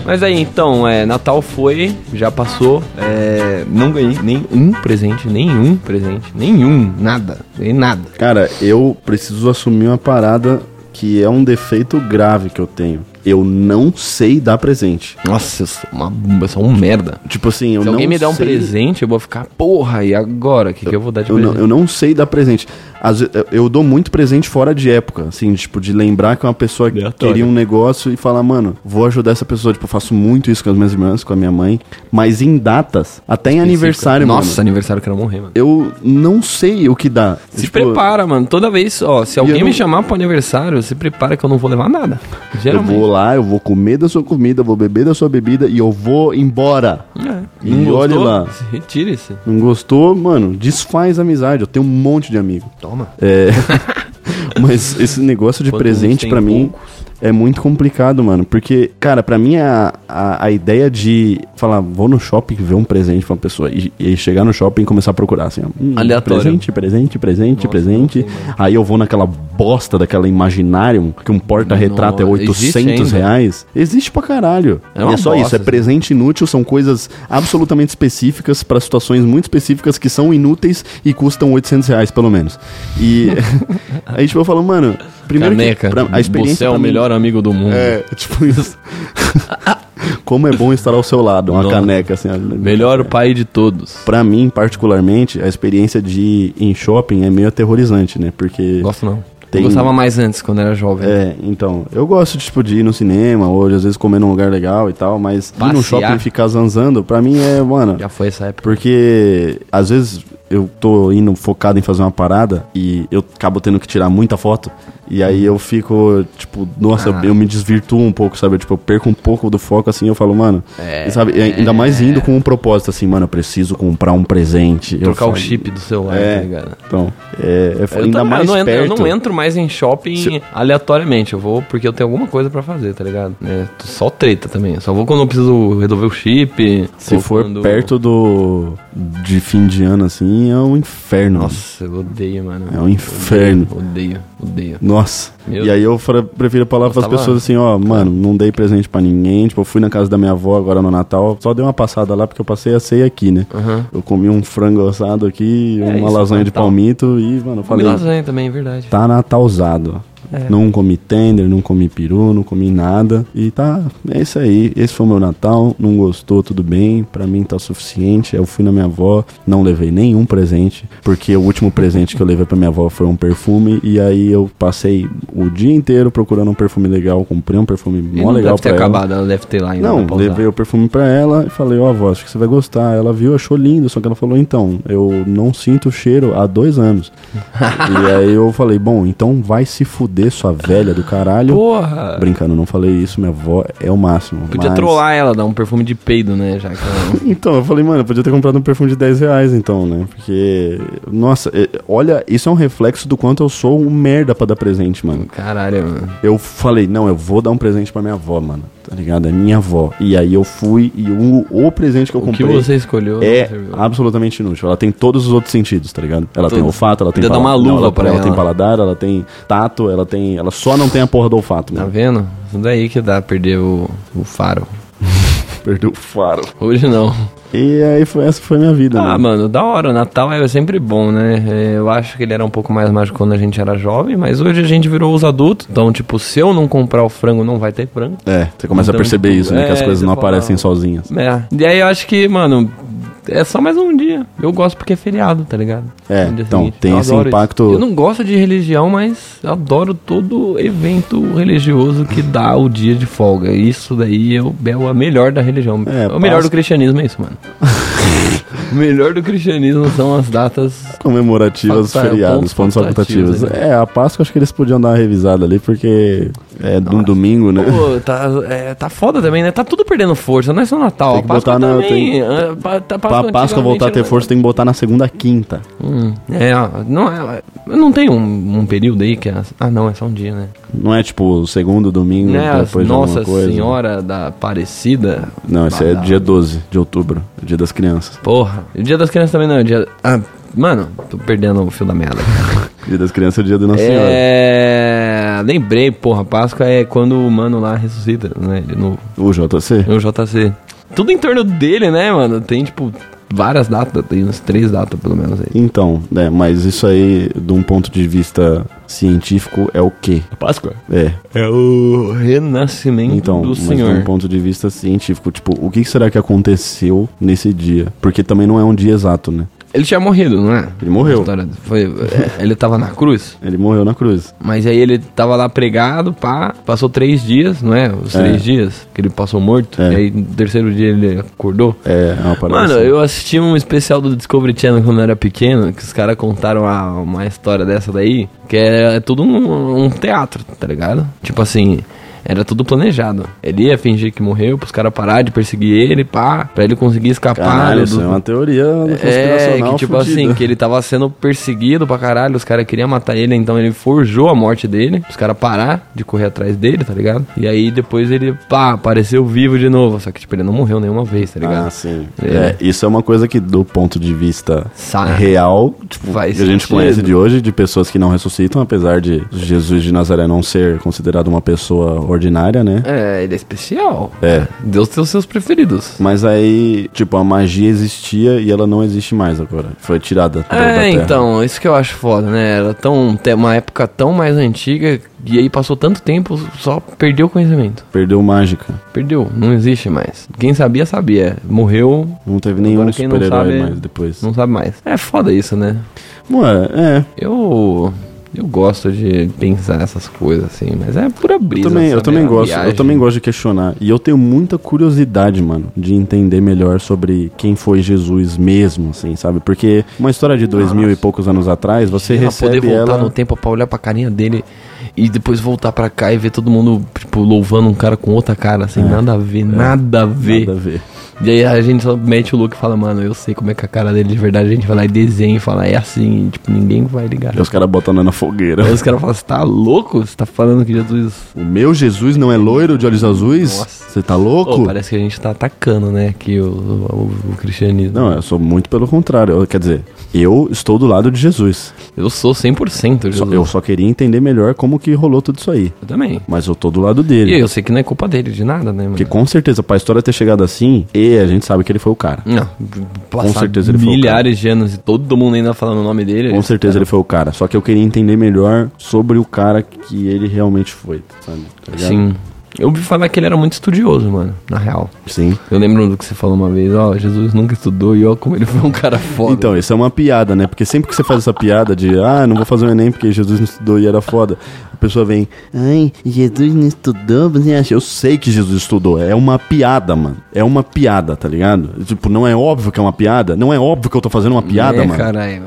S3: Mas aí, então, é, Natal foi, já passou, é, não ganhei nenhum presente, nenhum presente, nenhum, nada, ganhei nada.
S4: Cara, eu preciso assumir uma parada que é um defeito grave que eu tenho. Eu não sei dar presente.
S3: Nossa, eu sou uma bomba, eu sou um merda.
S4: Tipo assim, eu
S3: Se
S4: não
S3: alguém me der um
S4: sei-
S3: presente, eu vou ficar, porra, e agora? O que, que eu vou dar de
S4: Eu não,
S3: presente?
S4: eu não sei dar presente. Às ve- eu- eu dou muito presente fora de época, assim, tipo, de lembrar que uma pessoa
S3: Aleatório.
S4: queria um negócio e falar, mano, vou ajudar essa pessoa. Tipo, eu faço muito isso com as minhas irmãs, com a minha mãe, mas em datas, até em aniversário,
S3: Nossa,
S4: mano.
S3: aniversário que eu não morrer, mano.
S4: Eu não sei o que dar.
S3: Se
S4: Tipo,
S3: prepara, mano. Toda vez, ó, se alguém
S4: eu
S3: me
S4: não-
S3: chamar pro aniversário, se prepara que eu não vou levar nada.
S4: Eu
S3: Geralmente.
S4: vou lá, eu vou comer da sua comida, eu vou beber da sua bebida e eu vou embora.
S3: É.
S4: E olhe lá.
S3: Retire-se.
S4: Não gostou? Mano, desfaz a amizade. Eu tenho um monte de amigo.
S3: Toma.
S4: É. Mas esse negócio de
S3: Quando
S4: presente
S3: tem
S4: pra mim
S3: poucos.
S4: é muito complicado, mano. Porque, cara, pra mim a, a, a ideia de falar, vou no shopping ver um presente pra uma pessoa e, e chegar no shopping e começar a procurar, assim, ó, hum,
S3: Aleatório.
S4: Presente, presente, presente, presente. Aí eu vou naquela bosta daquela Imaginarium, que um porta-retrato é
S3: Não, existe
S4: 800
S3: ainda?
S4: reais. Existe pra caralho.
S3: É
S4: E
S3: uma
S4: é só
S3: bosta,
S4: isso, é
S3: assim.
S4: presente inútil, são coisas absolutamente específicas pra situações muito específicas que são inúteis e custam 800 reais, pelo menos. E aí, tipo, eu falo, mano, primeiro
S3: Caneca.
S4: que pra- a experiência
S3: Você é o
S4: pra mim-
S3: melhor amigo do mundo.
S4: É, tipo isso. Como é bom estar ao seu lado, uma
S3: Nossa.
S4: caneca, assim. ó.
S3: Melhor pai de todos.
S4: Pra mim, particularmente, a experiência de ir em shopping é meio aterrorizante, né? Porque...
S3: Gosto não.
S4: Tem-
S3: Eu gostava mais antes, quando era jovem.
S4: É, então, eu gosto tipo, de ir no cinema ou de, às vezes comer num lugar legal e tal, mas ir no
S3: Passear.
S4: shopping e ficar zanzando, pra mim é, mano,
S3: Já foi essa época.
S4: porque às vezes eu tô indo focado em fazer uma parada e eu acabo tendo que tirar muita foto. E aí eu fico, tipo, nossa,
S3: Ah.
S4: eu- eu me desvirtuo um pouco, sabe? Tipo, eu perco um pouco do foco, assim, eu falo, mano.
S3: É,
S4: e sabe, e ainda mais indo com um propósito, assim, mano, eu preciso comprar um presente. Eu
S3: Trocar o
S4: falo-
S3: chip do celular,
S4: É,
S3: tá ligado?
S4: então, é, é,
S3: Eu
S4: ainda
S3: também-
S4: mais
S3: eu não, entro, eu
S4: perto.
S3: não entro mais em shopping aleatoriamente. Eu vou porque eu tenho alguma coisa pra fazer, tá ligado? É, t- só treta também. Eu Só vou quando eu preciso resolver o chip.
S4: Se
S3: ou
S4: for
S3: quando-
S4: perto do de fim de ano, assim, é um inferno.
S3: Nossa, eu odeio, mano.
S4: É um inferno.
S3: Odeio, odeio.
S4: Nossa.
S3: Meu
S4: e aí eu fra- prefiro falar pras
S3: Gostava.
S4: pessoas assim, ó, mano, não dei presente pra ninguém. Tipo, eu fui na casa da minha avó agora no Natal, só dei uma passada lá porque eu passei a ceia aqui, né?
S3: Aham.
S4: Eu comi um frango assado aqui,
S3: É
S4: uma
S3: isso,
S4: lasanha de
S3: Natal.
S4: palmito e, mano, eu
S3: Comi
S4: falei,
S3: lasanha também, é verdade.
S4: tá natalzado.
S3: É.
S4: Não comi tender, não comi peru, não comi nada. E tá, é isso aí. Esse foi o meu Natal. Não gostou, tudo bem. Pra mim tá suficiente. Eu fui na minha avó, não levei nenhum presente. Porque o último presente que eu levei pra minha avó foi um perfume. E aí eu passei o dia inteiro procurando um perfume legal. Comprei um perfume
S3: E
S4: mó
S3: não
S4: legal
S3: deve ter
S4: pra ela.
S3: acabado, ela deve ter lá ainda.
S4: Não,
S3: né, pra usar.
S4: levei o perfume pra ela e falei, ó, avó, acho que você vai gostar. Ela viu, achou lindo, só que ela falou, então, eu não sinto o cheiro há dois anos. e aí eu falei, bom, então vai se fuder, sua velha do caralho.
S3: Porra!
S4: Brincando, não falei isso, minha avó é o máximo.
S3: Podia
S4: mas-
S3: trollar ela, dar um perfume de peido, né? Já que ela...
S4: Então, eu falei, mano, eu podia ter comprado um perfume de 10 reais, então, né? Porque, nossa, é- olha, isso é um reflexo do quanto eu sou um merda pra dar presente, mano.
S3: Caralho, mano.
S4: Eu falei, não, eu vou dar um presente pra minha avó, mano. Tá ligado? É minha avó. E aí eu fui e o, o presente que eu
S3: O que
S4: comprei.
S3: você escolheu não
S4: É
S3: serviu.
S4: absolutamente inútil. Ela tem todos os outros sentidos, tá ligado? Ela tem
S3: Todos.
S4: olfato, ela tem
S3: Podia dar
S4: pala-
S3: uma luva
S4: não, ela,
S3: pra
S4: ela
S3: ela.
S4: tem paladar, ela tem tato, ela tem. Ela só não tem a porra do olfato,
S3: Tá
S4: mano.
S3: vendo? Isso daí que dá perder o, o faro.
S4: Perdeu o faro.
S3: Hoje não.
S4: E aí foi, essa foi a minha vida,
S3: Ah,
S4: mano.
S3: mano, da hora. O Natal é sempre bom, né? É, Eu acho que ele era um pouco mais mágico quando a gente era jovem, mas hoje a gente virou os adultos. Então, tipo, se eu não comprar o frango, não vai ter frango.
S4: É, você começa a
S3: Então,
S4: perceber
S3: tipo,
S4: isso, né? que as
S3: é,
S4: coisas
S3: você
S4: não
S3: fala-
S4: aparecem sozinhas.
S3: É. E aí eu acho que, mano, é só mais um dia. Eu gosto porque é feriado, tá ligado?
S4: É,
S3: No dia
S4: então,
S3: seguinte.
S4: tem
S3: Eu
S4: esse
S3: adoro
S4: impacto-
S3: isso. Eu não gosto de religião, mas eu adoro todo evento religioso que dá o dia de folga. Isso daí é o, é o melhor da religião.
S4: É,
S3: o melhor
S4: Páscoa-
S3: do cristianismo é isso, mano. o melhor do cristianismo são as datas
S4: Comemorativas,
S3: Facu- é,
S4: feriados,
S3: pontos
S4: pontos
S3: facultativos,
S4: facultativos.
S3: né?
S4: É, a Páscoa eu acho que eles podiam dar uma revisada ali, porque é de um domingo, né?
S3: Pô, tá, é, tá foda também, né? Tá tudo perdendo força, não é só Natal.
S4: Tem que
S3: a Páscoa
S4: botar na-
S3: também.
S4: tem-
S3: ah, pa- tá-
S4: Pra Páscoa voltar a ter
S3: antigamente
S4: força, tem que botar na segunda quinta.
S3: era- Hum, é, ó, não, é, ó, não tem um, um período aí que... é- ah, não, é só um dia, né?
S4: Não é tipo o segundo domingo,
S3: Né, as
S4: depois de
S3: Nossa
S4: alguma coisa.
S3: Senhora da Aparecida.
S4: Não, esse é
S3: Badal.
S4: dia 12 de outubro, é dia das crianças.
S3: Porra. E o Dia das Crianças também não é o dia... Ah, mano, tô perdendo o fio da merda.
S4: Dia das crianças é o dia da Nossa Senhora.
S3: é... Lembrei, porra, Páscoa é quando o mano lá ressuscita, né? De novo.
S4: O JC?
S3: É o JC. Tudo em torno dele, né, mano? Tem, tipo, várias datas, tem umas três datas, pelo menos, aí.
S4: Então, né, mas isso aí, de um ponto de vista científico, é o quê?
S3: Páscoa?
S4: É,
S3: É o renascimento
S4: então,
S3: do
S4: mas de um
S3: Senhor.
S4: ponto de vista científico, tipo, o que será que aconteceu nesse dia? Porque também não é um dia exato, né?
S3: Ele tinha morrido, não é?
S4: Ele morreu.
S3: A história Foi, é, ele tava na cruz,
S4: Ele morreu na cruz.
S3: mas aí ele tava lá pregado, pá, passou três dias, não é? Os
S4: É.
S3: três dias que ele passou morto,
S4: É.
S3: e aí no terceiro dia ele acordou.
S4: É, é uma parada
S3: Mano,
S4: assim.
S3: eu assisti um especial do Discovery Channel quando eu era pequeno, que os caras contaram a- uma história dessa daí, que é, é tudo um, um teatro, tá ligado? Tipo assim, Era tudo planejado. Ele ia fingir que morreu pros caras parar de perseguir ele, pá, pra ele conseguir escapar.
S4: Caralho,
S3: do-
S4: isso é uma teoria
S3: é,
S4: conspiracional
S3: que tipo
S4: fudida.
S3: assim, que ele tava sendo perseguido pra caralho, os caras queriam matar ele, então ele forjou a morte dele, os caras parar de correr atrás dele, tá ligado? E aí depois ele, pá, apareceu vivo de novo, só que tipo, ele não morreu nenhuma vez, tá ligado?
S4: Ah, sim.
S3: É.
S4: É, isso é uma coisa que, do ponto de vista
S3: Sa-
S4: real, tipo,
S3: Faz
S4: que a gente
S3: sentido.
S4: conhece de hoje, de pessoas que não ressuscitam, apesar de Jesus de Nazaré não ser considerado uma pessoa ordinária, né?
S3: É, ele é especial.
S4: É.
S3: Deus tem os seus preferidos.
S4: Mas aí, tipo, a magia existia e ela não existe mais agora. Foi tirada da- da
S3: É,
S4: Terra.
S3: então, isso que eu acho foda, né? Era tão, tem uma época tão mais antiga e aí passou tanto tempo, só perdeu o conhecimento.
S4: Perdeu mágica.
S3: Perdeu, não existe mais. Quem sabia, sabia. Morreu,
S4: Não teve nenhum
S3: Agora quem não
S4: super-herói
S3: sabe-
S4: mais depois.
S3: não sabe mais. É foda isso, né?
S4: Ué, é.
S3: Eu. Eu gosto de pensar nessas coisas, assim, mas é pura brisa.
S4: Eu também, eu
S3: sabe?
S4: também
S3: A
S4: gosto, eu
S3: viagem.
S4: também gosto de questionar. E eu tenho muita curiosidade, mano, de entender melhor sobre quem foi Jesus mesmo, assim, sabe? Porque uma história de dois mil e poucos anos atrás, você
S3: Ela
S4: recebe
S3: poder voltar
S4: ela...
S3: no tempo pra olhar pra carinha dele e depois voltar pra cá e ver todo mundo, tipo, louvando um cara com outra cara, assim, nada a ver, nada a ver.
S4: É. Nada a ver.
S3: E aí a gente só mete o look e fala, mano, eu sei como é que a cara dele de verdade, a gente vai lá e desenha e fala, é assim, e, tipo, ninguém vai ligar.
S4: E os caras botando na fogueira.
S3: Aí os caras falam, você tá louco? Você tá falando que Jesus.
S4: O meu Jesus não é loiro de olhos azuis?
S3: Nossa.
S4: Você tá
S3: Pô,
S4: louco?
S3: parece que a gente tá atacando, né, aqui o, o- o cristianismo.
S4: Não, é. eu sou muito pelo contrário. Eu- Quer dizer, eu estou do lado de Jesus.
S3: Eu sou 100%
S4: Só-
S3: Jesus.
S4: eu só queria entender melhor como que rolou tudo isso aí.
S3: Eu também.
S4: Mas eu tô do lado
S3: E
S4: dele.
S3: eu sei que não é culpa dele de nada, né, mano?
S4: Porque com certeza, pra história ter chegado assim, e a gente sabe que ele foi o cara.
S3: Não, passar
S4: certeza ele foi o
S3: milhares de anos e todo mundo ainda falando o nome dele.
S4: Com certeza ele foi o cara. Só que eu queria entender melhor sobre o cara que ele realmente foi, sabe? Tá ligado?
S3: Sim. assim. Eu ouvi falar que ele era muito estudioso, mano, na real.
S4: Sim.
S3: Eu lembro do que você falou uma vez, ó, Jesus nunca estudou e ó como ele foi um cara foda.
S4: Então, isso é uma piada, né? Porque sempre que você faz essa piada de, ah, não vou fazer o Enem porque Jesus não estudou e era foda, a pessoa vem, ai, Jesus não estudou, você acha? Eu sei que Jesus estudou, é uma piada, mano. É uma piada, tá ligado? Tipo, não é óbvio que é uma piada? Não é óbvio que eu tô fazendo uma piada,
S3: é,
S4: mano?
S3: caralho.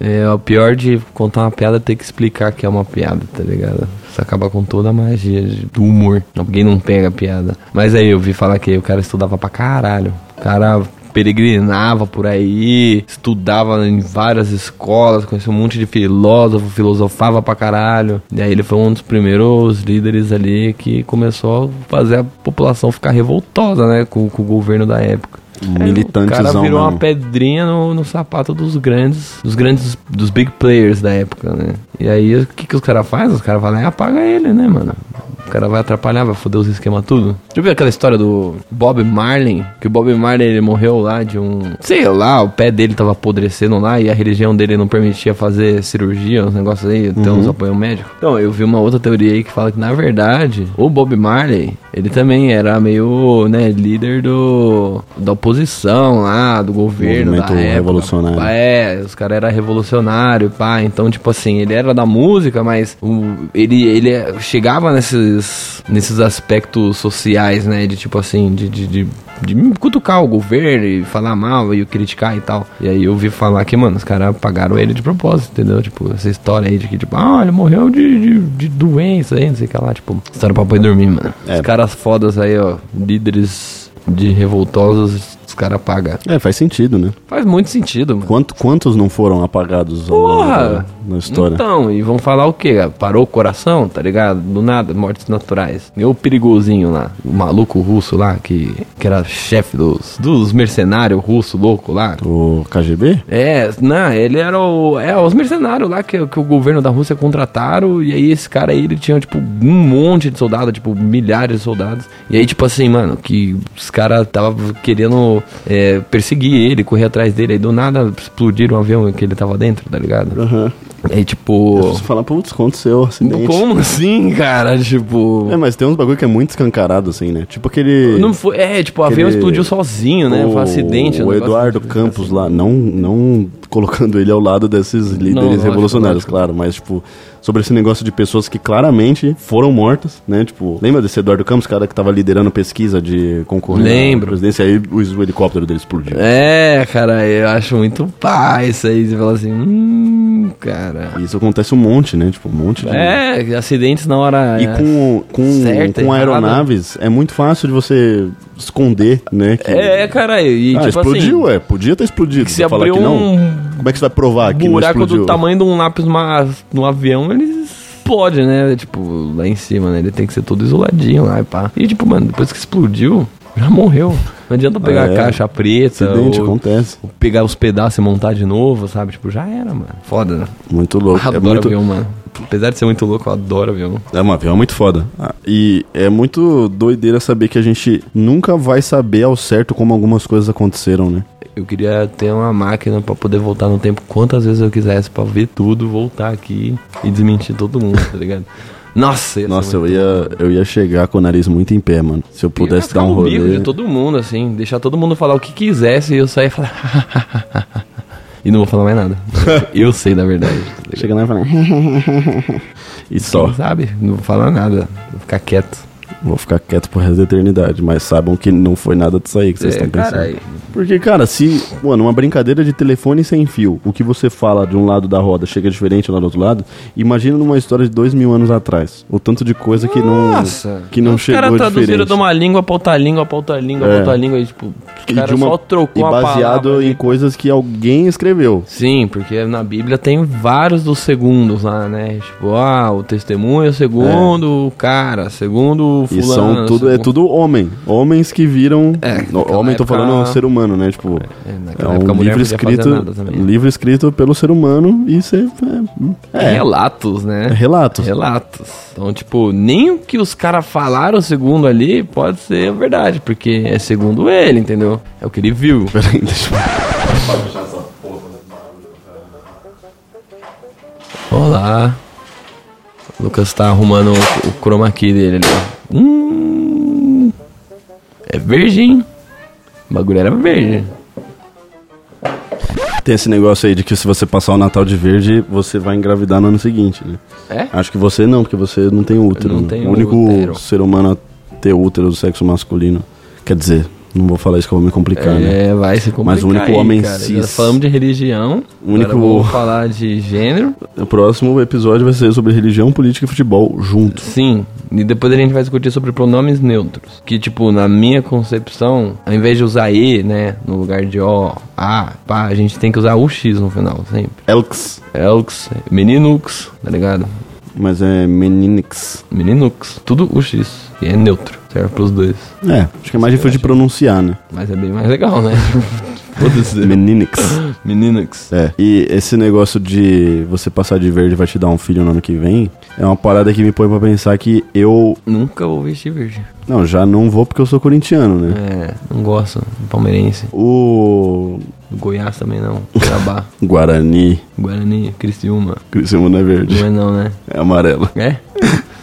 S3: É, o pior de contar uma piada é ter que explicar que é uma piada, tá ligado? Isso acaba com toda a magia de- do humor. Alguém não pega a piada. Mas aí eu vi falar que o cara estudava pra caralho. O cara peregrinava por aí, estudava em várias escolas, conheceu um monte de filósofo, filosofava pra caralho. E aí ele foi um dos primeiros líderes ali que começou a fazer a população ficar revoltosa, né, com- com o governo da época.
S4: Um Militantezão,
S3: O cara virou
S4: mano.
S3: uma pedrinha no, no sapato dos grandes, dos grandes, dos big players da época, né? E aí, o que, que os caras fazem? Os caras falam, é, apaga ele, né, mano? O cara vai atrapalhar, vai foder os esquemas tudo. Já viu aquela história do Bob Marley? Que o Bob Marley, ele morreu lá de um... Sei lá, o pé dele tava apodrecendo lá e a religião dele não permitia fazer cirurgia, uns negócios aí, ter
S4: Uhum.
S3: uns apoio médico. Então, eu vi uma outra teoria aí que fala que, na verdade, o Bob Marley, ele também era meio, né, líder do... da oposição lá, do governo,
S4: Movimento
S3: da época.
S4: revolucionário.
S3: É, os caras eram revolucionários, pá. Então, tipo assim, ele era da música, mas o, ele, ele é- chegava nesses, nesses aspectos sociais, né? De tipo assim, de, de, de, de cutucar o governo e falar mal e criticar e tal. E aí eu ouvi falar que, mano, os caras pagaram ele de propósito, entendeu? Tipo, essa história aí de que, tipo, ah, ele morreu de, de, de doença aí, não sei o que lá. Tipo, história pra poder dormir, mano.
S4: É.
S3: Os caras fodas aí, ó, líderes de revoltosos, os caras pagam.
S4: É, faz sentido, né?
S3: Faz muito sentido, mano.
S4: Quanto, quantos não foram apagados ao longo da-
S3: Porra!
S4: na história?
S3: Então, e vão falar o quê? cara? Parou o coração, tá ligado? Do nada, mortes naturais. E o perigosinho lá, o maluco russo lá, que, que era chefe dos, dos mercenários russo louco lá.
S4: O KGB?
S3: É, não, ele era o. É, os mercenários lá que, que o governo da Rússia contrataram. E aí esse cara aí, ele tinha, tipo, um monte de soldado, tipo, milhares de soldados. E aí, tipo assim, mano, que os caras tava querendo é, perseguir ele, correr atrás dele. Aí do nada explodiram o avião que ele tava dentro, tá ligado?
S4: Aham.
S3: É tipo.
S4: Preciso falar, putz, aconteceu, um acidente.
S3: Como assim, cara? Tipo.
S4: É, mas tem uns bagulho que é muito escancarado, assim, né? Tipo aquele...
S3: Não foi, é, tipo, o avião
S4: Aquele-
S3: explodiu sozinho, né? Foi um
S4: O-
S3: acidente. um
S4: O
S3: negócio
S4: Eduardo
S3: assim.
S4: Campos lá, não, não colocando ele ao lado desses líderes
S3: lógico,
S4: revolucionários,
S3: lógico.
S4: claro, mas tipo, os sobre esse negócio de pessoas que claramente foram mortas, né? Tipo, lembra desse Eduardo Campos, cara que tava liderando pesquisa de concorrência
S3: Lembro.
S4: à presidência, aí os- o helicóptero dele explodiu.
S3: É, cara, eu acho muito pá isso aí. Você fala assim, hum, cara.
S4: E Isso acontece um monte, né? Tipo, um monte de...
S3: É, acidentes na hora. é.
S4: E com, com,
S3: Certo,
S4: com
S3: errado.
S4: aeronaves é muito fácil de você esconder, né? que-
S3: É, é, cara, e
S4: ah,
S3: tipo
S4: explodiu,
S3: assim.
S4: é. Podia ter explodido.
S3: que se
S4: Vai falar
S3: abriu
S4: que não?
S3: um
S4: Como é que você vai provar que não
S3: buraco
S4: explodiu?
S3: do tamanho de um lápis ma- no avião, ele explode, né? Tipo, lá em cima, né? Ele tem que ser todo isoladinho lá e pá. E tipo, mano, depois que explodiu, já morreu. Não adianta pegar
S4: É.
S3: a caixa preta
S4: Acidente,
S3: ou
S4: acontece.
S3: pegar os pedaços e montar de novo, sabe? Tipo, já era, mano. Foda, né?
S4: Muito louco.
S3: adoro
S4: é muito,
S3: avião, mano. Apesar de ser muito louco, eu adoro avião.
S4: É um avião muito foda. Ah, E é muito doideira saber que a gente nunca vai saber ao certo como algumas coisas aconteceram, né?
S3: Eu queria ter uma máquina pra poder voltar no tempo quantas vezes eu quisesse pra ver tudo, voltar aqui e desmentir todo mundo, tá ligado? Nossa, ia ser
S4: Nossa,
S3: muito
S4: eu ia, eu ia chegar com o nariz muito em pé, mano. Se eu
S3: Eu ia
S4: pudesse
S3: ficar
S4: dar um
S3: no bico
S4: rolê.
S3: de todo mundo, assim, deixar todo mundo falar o que quisesse e eu sair e falar. e não vou falar mais nada. Eu sei da verdade. tá ligado?
S4: Chega lá e fala. e só.
S3: Sabe? Não vou falar nada. Vou ficar quieto.
S4: Vou ficar quieto pro resto da eternidade. Mas saibam que não foi nada disso aí que vocês
S3: É,
S4: estão pensando.
S3: caralho.
S4: Porque, cara, se, mano, uma brincadeira de telefone sem fio, o que você fala de um lado da roda chega diferente lá do outro lado, imagina numa história de dois mil anos atrás. O tanto de coisa que não, que não
S3: os
S4: chegou
S3: caras traduziram
S4: diferente.
S3: de uma língua pra outra língua, pra outra língua, pra
S4: É.
S3: outra língua. E, tipo,
S4: E
S3: os caras
S4: de uma-
S3: só trocou
S4: e
S3: uma
S4: baseado
S3: palavra. né?
S4: em coisas que alguém escreveu.
S3: Sim, porque na Bíblia tem vários dos segundos lá, né? Tipo, ah, o testemunho é segundo o cara, segundo o
S4: E
S3: fulano. né?
S4: são tudo, é
S3: segundo-
S4: tudo homem. Homens que viram.
S3: É,
S4: no-
S3: naquela
S4: homem, tô
S3: época-
S4: falando ser humano, né? Tipo,
S3: É,
S4: é,
S3: naquela época a
S4: um
S3: mulher
S4: livro
S3: não podia fazer
S4: escrito.
S3: nada também. né?
S4: um livro escrito pelo ser humano e você. É, é,
S3: Relatos, né?
S4: é relatos.
S3: Relatos. Então, tipo, nem o que os caras falaram segundo ali pode ser verdade, porque é segundo ele, entendeu? É o que ele viu.
S4: Peraí, deixa eu...
S3: Olá. O Lucas tá arrumando o, o chroma key dele ali. ó. Hum. É verde, hein? O bagulho era verde.
S4: Tem esse negócio aí de que se você passar o Natal de verde, você vai engravidar no ano seguinte, né?
S3: É?
S4: Acho que você não, porque você não tem útero.
S3: não
S4: né?
S3: tenho
S4: o único
S3: útero.
S4: ser humano a ter útero do sexo masculino. Quer dizer, não vou falar isso que eu vou me complicar, né?
S3: É, vai se complicar
S4: Mas o único
S3: aí,
S4: homem
S3: cara.
S4: cis-
S3: Já falamos de religião.
S4: O único-
S3: Agora vamos falar de gênero.
S4: O próximo episódio vai ser sobre religião, política e futebol junto.
S3: Sim, e depois a gente vai discutir sobre pronomes neutros. Que, tipo, na minha concepção, ao invés de usar E, né, no lugar de O, A, pá, a gente tem que usar o X no final, sempre. É
S4: Elks,
S3: Elx, meninux, tá ligado?
S4: mas é meninix.
S3: Meninux, tudo o X. E é neutro, serve pros dois.
S4: É, acho que é mais difícil de pronunciar, né?
S3: Mas é bem mais legal, né?
S4: Meninix.
S3: meninux.
S4: É, e esse negócio de você passar de verde vai te dar um filho no ano que vem, é uma parada que me põe pra pensar que eu
S3: Nunca vou vestir verde.
S4: Não, já não vou porque eu sou corintiano, né?
S3: É, não gosto. Palmeirense.
S4: O
S3: Goiás também não. Cuiabá,
S4: Guarani,
S3: Guarani, Criciúma.
S4: Criciúma não é
S3: Não
S4: verde,
S3: é não, né?
S4: é amarelo.
S3: É?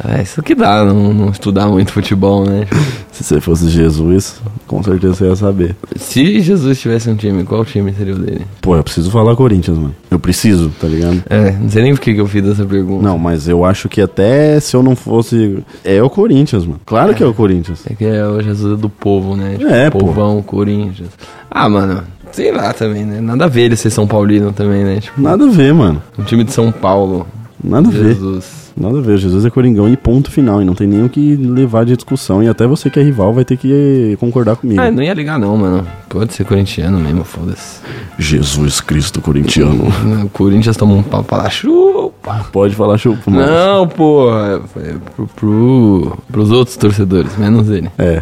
S3: É, isso que dá, não, não estudar muito futebol, né?
S4: Se você fosse Jesus, com certeza você ia saber.
S3: Se Jesus tivesse um time, qual time seria o dele?
S4: Pô, eu preciso falar Corinthians, mano. Eu preciso, tá ligado?
S3: É, não sei nem por que que eu fiz essa pergunta.
S4: Não, mas eu acho que até se eu não fosse. É o Corinthians, mano. Claro que é o Corinthians.
S3: É que é o Jesus do povo, né?
S4: É, pô.
S3: Povão, Corinthians. Ah, mano, sei lá também, né? Nada a ver ele ser São Paulino também, né? Tipo,
S4: Nada a ver, mano.
S3: um time de São Paulo.
S4: Nada a ver.
S3: Jesus.
S4: Nada a ver. Jesus é Coringão e ponto final. E não tem nem o que levar de discussão. E até você que é rival vai ter que concordar comigo.
S3: Ah, não ia ligar não, mano. Pode ser corintiano mesmo, foda-se.
S4: Jesus Cristo corintiano.
S3: O Corinthians toma um pau pra lá, chupa.
S4: Pode falar, chupa, mano.
S3: Não, porra. É pro, pro, pros outros torcedores, menos ele.
S4: É.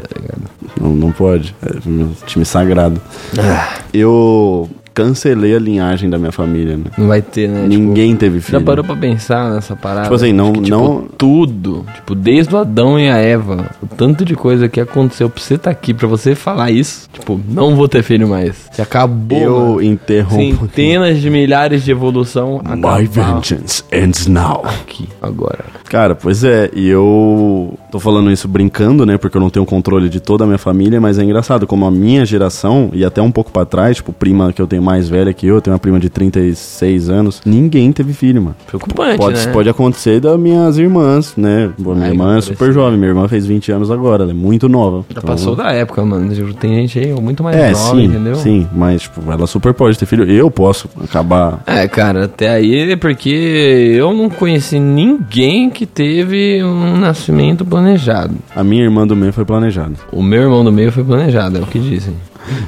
S4: Não, não pode. É meu time sagrado. Ah. Eu cancelei a linhagem da minha família, né?
S3: Não vai ter, né?
S4: Ninguém teve
S3: Tipo, já
S4: filho.
S3: parou pra pensar nessa parada?
S4: Tipo assim, não-
S3: Que,
S4: não-
S3: Tudo. Tipo, desde o Adão e a Eva, o tanto de coisa que aconteceu pra você tá aqui, pra você falar isso. Tipo, não vou ter filho mais. Você acabou.
S4: Eu um
S3: mano. Ah,
S4: interrompo.
S3: Centenas de milhares de evolução.
S1: My
S3: acabaram
S1: vengeance ends now.
S3: Aqui, agora.
S4: Cara, pois é, e eu tô falando isso brincando, né? Porque eu não tenho controle de toda a minha família, mas é engraçado como a minha geração, e até um pouco pra trás, tipo, prima que eu tenho mais velha que eu, tem uma prima de 36 anos. Ninguém teve filho, mano.
S3: Preocupante,
S4: Pode,
S3: né?
S4: pode acontecer das minhas irmãs, né? Boa, minha
S3: Ai,
S4: irmã é
S3: parece-
S4: super jovem, minha irmã fez 20 anos agora, ela é muito nova.
S3: Já
S4: Então-
S3: passou da época, mano. Tipo, Tem gente aí muito mais
S4: É,
S3: nova,
S4: sim,
S3: entendeu?
S4: sim, mas tipo, ela super pode ter filho. Eu posso acabar.
S3: É, cara, até aí é porque eu não conheci ninguém que teve um nascimento planejado.
S4: A minha irmã do meio foi planejada.
S3: O meu irmão do meio foi planejado, é o que dizem.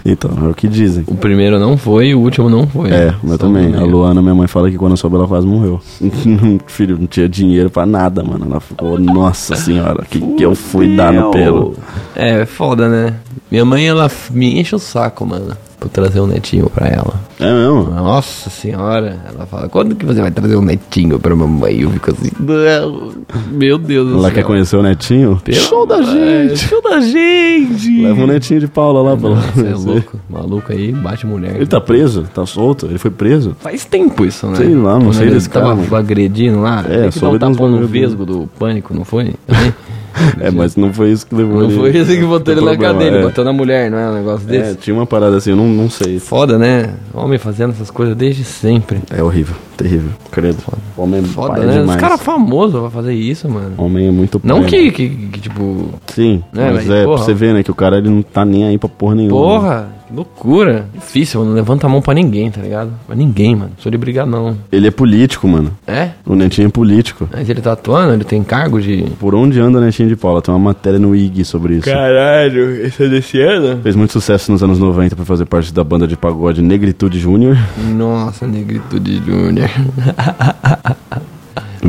S4: Então, é o que dizem.
S3: O primeiro não foi, o último não foi.
S4: É,
S3: Só
S4: eu
S3: do
S4: também.
S3: meio.
S4: A Luana, minha mãe fala que quando soube ela quase morreu. Filho, não tinha dinheiro pra nada, mano. Ela ficou, nossa senhora, o que, que eu fui dar no pelo?
S3: É, é foda, né? Minha mãe, ela f- me enche o saco, mano, pra eu trazer um netinho pra ela.
S4: É mesmo?
S3: Nossa senhora, ela fala, quando que você vai trazer um netinho pra mamãe? Eu fico assim, não, meu Deus do
S4: Ela
S3: céu.
S4: quer conhecer o netinho?
S3: Pelo
S4: Show da
S3: amor-
S4: gente!
S3: Show da gente!
S4: Leva o netinho de Paula lá pra
S3: Não,
S4: lá.
S3: Você é louco, maluco aí, bate mulher.
S4: Ele tá preso? Tá solto? Ele foi preso?
S3: Faz tempo isso, né?
S4: Sei lá, não
S3: Quando
S4: sei
S3: ele
S4: desse cara,
S3: tava
S4: mano.
S3: agredindo lá.
S4: É,
S3: tem que dar
S4: soube
S3: um
S4: de uns
S3: tapão no
S4: bagulho
S3: vesgo do pânico, não foi? Também?
S4: É, mas não foi isso que levou
S3: Não
S4: ele.
S3: foi esse que botou ele na
S4: problema,
S3: cadeia, ele
S4: é.
S3: botou na mulher, não é um negócio
S4: É,
S3: desse?
S4: tinha uma parada assim, eu não, não sei.
S3: Foda, né? Homem fazendo essas coisas desde sempre.
S4: É horrível, terrível, credo. Homem é
S3: Foda,
S4: paia
S3: né?
S4: demais.
S3: Os caras famosos pra fazer isso, mano.
S4: Homem é muito
S3: Não
S4: paia,
S3: que,
S4: mano.
S3: que, que, tipo,
S4: Sim,
S3: É,
S4: mas
S3: mas,
S4: é, pra
S3: porra.
S4: você ver, né, que o cara ele não tá nem aí pra porra nenhuma. né?
S3: porra, que loucura. Difícil, mano. Levanta a mão pra ninguém, tá ligado? Pra ninguém, mano. Sou de brigar, não.
S4: Ele é político, mano.
S3: É?
S4: O Netinho é político.
S3: Mas ele tá atuando, ele tem cargo de.
S4: Por onde anda o Netinho de Paula? Tem uma matéria no IG sobre isso.
S3: Caralho, esse é desse ano?
S4: Fez muito sucesso nos anos 90 por fazer parte da banda de pagode Negritude Júnior.
S3: Nossa, Negritude Júnior.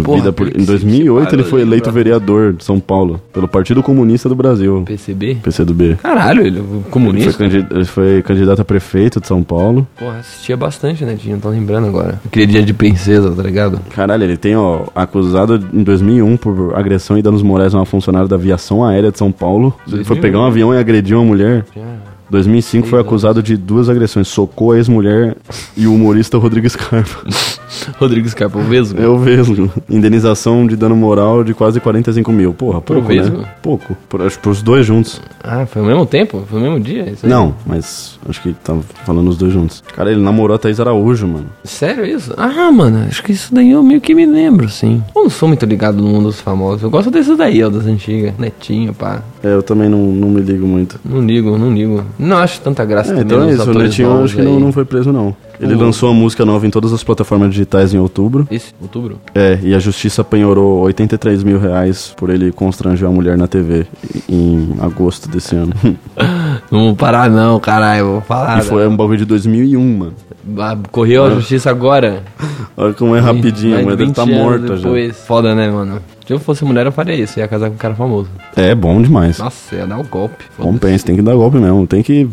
S3: Porra,
S4: Vida por-
S3: que
S4: Em 2008 ele
S3: barulho, né?
S4: foi eleito
S3: bro.
S4: vereador de São Paulo pelo Partido Comunista do Brasil,
S3: PCB?
S4: PCdoB.
S3: Caralho, ele é
S4: Ele foi,
S3: comunista.
S4: candid- ele foi candidato a prefeito de São Paulo.
S3: Porra, assistia bastante, né, Tinho? Tô lembrando agora. Aquele dia de princesa, tá ligado?
S4: Caralho, ele tem, ó, acusado em 2001 por agressão e danos morais a uma funcionária da aviação aérea de São Paulo. Ele foi
S3: 2001?
S4: pegar um avião e agrediu uma mulher.
S3: Já.
S4: 2005 foi
S3: Seis
S4: acusado de duas agressões, socou a ex-mulher e o humorista Rodrigo Scarpa.
S3: Rodrigo Scarpa, o Vesgo.
S4: É o mesmo. Indenização de dano moral de quase 45 mil. Porra, pouco,
S3: mesmo?
S4: né? Pouco. Por, acho que pros dois juntos.
S3: Ah, foi ao mesmo tempo? Foi ao mesmo dia? Isso aí?
S4: Não, mas acho que tava falando os dois juntos. Cara, ele namorou a Thaís Araújo, mano.
S3: Sério isso? Ah, mano, acho que isso daí eu meio que me lembro, sim. Eu não sou muito ligado no mundo dos famosos. Eu gosto desses daí, ó, das antigas. Netinho, pá.
S4: É, eu também não, não me ligo muito.
S3: Não ligo, não ligo. Não acho tanta graça
S4: É,
S3: também
S4: então é
S3: nos
S4: isso, o
S3: atores
S4: Netinho
S3: novos
S4: acho que não,
S3: aí. Tá
S4: não foi preso, não. Ele
S3: O-
S4: lançou a música nova em todas as plataformas digitais em outubro.
S3: Esse, outubro?
S4: É, e a justiça apanhorou 83 mil reais por ele constranger a mulher na TV em agosto desse ano.
S3: Não vou parar não, caralho, vou falar.
S4: e foi um bagulho de 2001, mano.
S3: Ah, Correu a justiça agora.
S4: Olha como é rapidinho, a mulher dele tá morta já.
S3: já. Foda, né, mano? Se eu fosse mulher, eu faria isso. Eu ia casar com um cara famoso.
S4: É bom demais.
S3: Nossa, ia dar um golpe. Foda-se.
S4: Compensa, tem que dar golpe mesmo. Tem que.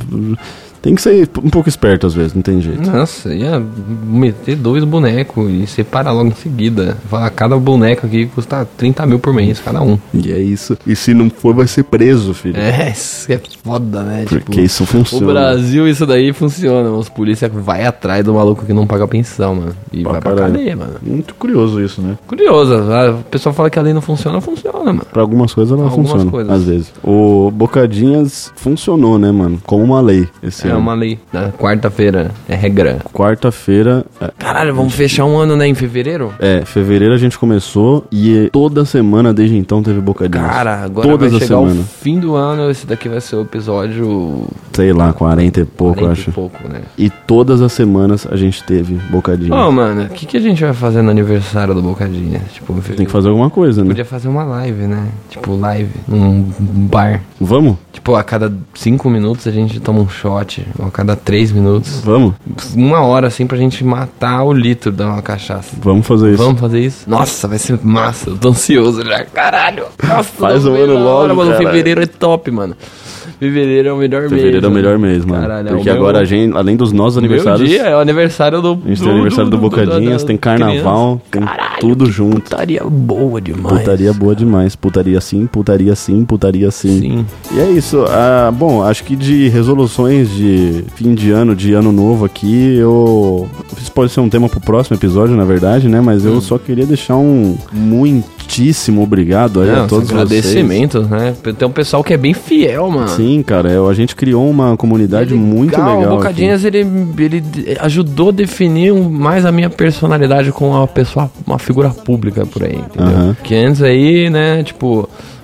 S4: Tem que ser um pouco esperto às vezes, não tem jeito.
S3: Nossa, ia meter dois bonecos e separar logo em seguida. Falar, cada boneco aqui custa 30 mil por mês, cada um.
S4: E é isso. E se não for, vai ser preso, filho.
S3: É, isso é foda, né?
S4: Porque
S3: Tipo,
S4: isso
S3: o
S4: funciona.
S3: Brasil, isso daí funciona. Os polícia vai atrás do maluco que não paga pensão, mano. E
S4: Pra
S3: vai pra
S4: caralho.
S3: cadeia, mano.
S4: Muito curioso isso, né?
S3: Curioso, a- o pessoal fala que a lei não funciona, funciona, mano.
S4: Pra algumas coisas ela
S3: Algumas
S4: funciona,
S3: coisas.
S4: às vezes. O Bocadinhas funcionou, né, mano? Como uma lei esse
S3: É
S4: ano.
S3: uma lei. Na quarta-feira é regra.
S4: Quarta-feira... é-
S3: Caralho, vamos fechar um ano, né? Em fevereiro?
S4: É, fevereiro a gente começou e toda semana desde então teve Bocadinhas.
S3: Cara, agora
S4: Todas
S3: vai
S4: as
S3: chegar o
S4: semanas.
S3: fim do ano. Esse daqui vai ser o episódio
S4: Sei lá, 40 e pouco,
S3: 40
S4: eu
S3: e
S4: acho.
S3: pouco, né?
S4: E todas as semanas a gente teve Bocadinhas.
S3: Ô, mano, o que, que a gente vai fazer no aniversário do Bocadinha? Tipo,
S4: Tem que fazer alguma coisa, né?
S3: podia fazer uma live, né? Tipo, live num bar.
S4: Vamos?
S3: Tipo, a cada cinco minutos a gente toma um shot. Ou a cada três minutos.
S4: Vamos?
S3: Uma hora, assim, pra gente matar o litro da uma cachaça.
S4: Vamos fazer isso.
S3: Vamos fazer isso? Nossa, vai ser massa. Eu tô ansioso já. Caralho. Nossa,
S4: Faz
S3: não
S4: um
S3: vejo
S4: ano
S3: a hora,
S4: logo,
S3: Mano,
S4: caralho.
S3: fevereiro é top, mano. Fevereiro é o melhor mês.
S4: Fevereiro é o
S3: mano.
S4: melhor mês, mano.
S3: Caralho, é o
S4: Porque
S3: meu-
S4: agora, a gente, além dos nossos
S3: Meu
S4: aniversários,
S3: dia é o aniversário do.
S4: a gente tem aniversário do, Bocadinhas, tem carnaval, tem tudo junto.
S3: Putaria boa demais.
S4: Putaria boa demais. Putaria sim, putaria sim, putaria sim.
S3: Sim.
S4: E é isso. Ah, bom, acho que de resoluções de fim de ano, de ano novo aqui,
S3: Hum.
S4: eu. Isso pode ser um tema pro próximo episódio, na verdade, né? Mas eu só queria deixar um muito muitíssimo obrigado aí
S3: Não,
S4: a todos vocês.
S3: agradecimentos, né? Tem um pessoal que é bem fiel, mano. um
S4: Sim, cara, é, a gente criou uma comunidade muito legal.
S3: O
S4: aqui.
S3: Bocadinhas, ele, ele ajudou a definir um- mais a minha personalidade com uma pessoa, uma figura pública por aí, entendeu?
S4: Aham.
S3: Que antes aí, né, tipo,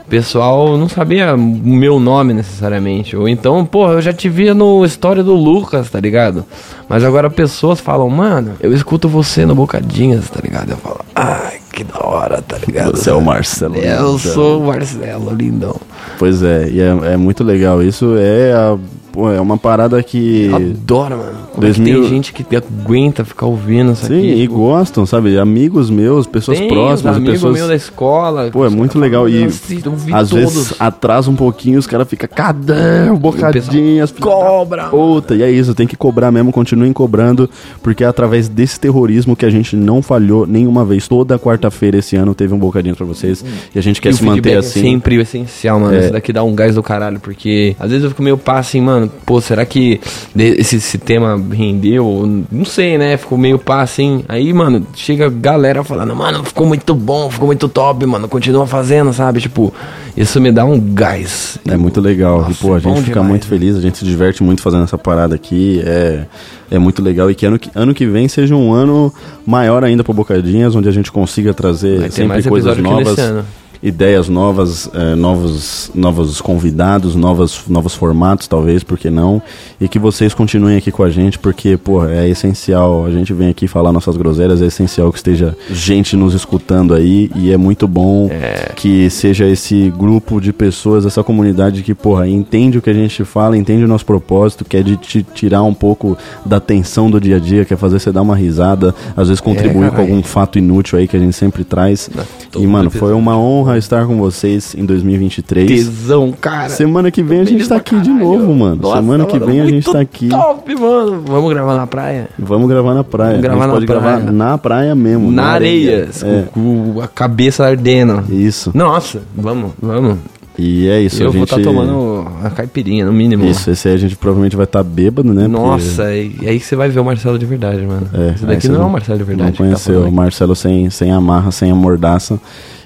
S3: o pessoal não sabia o meu nome necessariamente. Ou então, pô, eu já te via no História do Lucas, tá ligado? Mas agora pessoas falam, mano, eu escuto você no Bocadinhas, tá ligado? Eu falo, ai, que da hora, tá ligado?
S4: Você é o Marcelo.
S3: Eu
S4: Lindão.
S3: sou o Marcelo Lindão.
S4: Pois é, e é, é muito legal. Isso é, a- pô, é uma parada que.
S3: Eu adoro, mano. Como é que
S4: 2000
S3: tem gente que aguenta ficar ouvindo isso
S4: Sim,
S3: aqui?
S4: e gostam, sabe? Amigos meus, pessoas
S3: Tem
S4: próximas,
S3: os amigos
S4: pessoas.
S3: meu da escola.
S4: Pô, é muito legal. E
S3: Nossa, eu vi
S4: às
S3: todos.
S4: vezes atrasa um pouquinho, os caras ficam, cadê o bocadinhas? filho da
S3: Cobra!
S4: Puta, e é isso, tem que cobrar mesmo, continuem cobrando, porque é através desse terrorismo que a gente não falhou nenhuma vez. Toda quarta-feira esse ano teve um bocadinho pra vocês e a gente quer
S3: Hum. E o
S4: se manter
S3: feedback
S4: assim.
S3: É sempre o essencial, mano.
S4: É.
S3: Isso daqui dá um gás do caralho, porque às vezes eu fico meio pá assim, mano, pô, será que de- esse, esse tema rendeu? Não sei, né? Fico meio pá assim. Aí, mano, chega a galera falando, mano, ficou muito bom, ficou muito top, mano, continua fazendo, sabe? Tipo, isso me dá um gás.
S4: É muito legal. e,
S3: Nossa,
S4: pô, a
S3: é bom
S4: gente fica
S3: demais,
S4: muito
S3: né?
S4: feliz, a gente se diverte muito fazendo essa parada aqui. É, é muito legal. E que ano, que ano que vem seja um ano maior ainda pra Bocadinhas, onde a gente consiga trazer
S3: Vai ter
S4: sempre
S3: mais
S4: coisas
S3: episódio que
S4: novas.
S3: nesse ano.
S4: Ideias novas, é, novos, novos convidados, novas, novos formatos, talvez, por que não? E que vocês continuem aqui com a gente, porque, porra, é essencial. A gente vem aqui falar nossas groselhas, é essencial que esteja gente nos escutando aí, e é muito bom que seja esse grupo de pessoas, essa comunidade que, porra, entende o que a gente fala, entende o nosso propósito, que é de te tirar um pouco da tensão do dia a dia, quer fazer você dar uma risada, às vezes contribuir com
S3: caralho.
S4: algum um fato inútil aí que a gente sempre traz.
S3: Né? todo é
S4: E, mano,
S3: episódio.
S4: foi uma honra estar com vocês em 2023.
S3: Tesão, cara.
S4: Semana que vem a gente
S3: Feliz
S4: tá
S3: pra
S4: aqui de
S3: caralho.
S4: novo, mano.
S3: Nossa,
S4: Semana que
S3: mano,
S4: vem a gente
S3: muito
S4: tá aqui.
S3: Top, mano. Vamos gravar na praia?
S4: Vamos gravar na praia.
S3: Vamos gravar
S4: a gente
S3: na
S4: pode
S3: praia.
S4: gravar na praia mesmo.
S3: na areia,
S4: É,
S3: com, com a cabeça ardendo.
S4: isso.
S3: Nossa, vamos, vamos.
S4: E é isso.
S3: eu
S4: a
S3: vou
S4: gente...
S3: estar tomando a caipirinha, no mínimo.
S4: Isso, esse aí a gente provavelmente vai estar bêbado, né? Porque-
S3: Nossa, e, e aí que você vai ver o Marcelo de verdade, mano.
S4: É,
S3: Esse
S4: aí
S3: daqui
S4: você
S3: não é o Marcelo de verdade.
S4: Não
S3: que tá
S4: conheceu
S3: falando
S4: o
S3: aqui.
S4: Marcelo sem, sem amarra, sem a mordaça.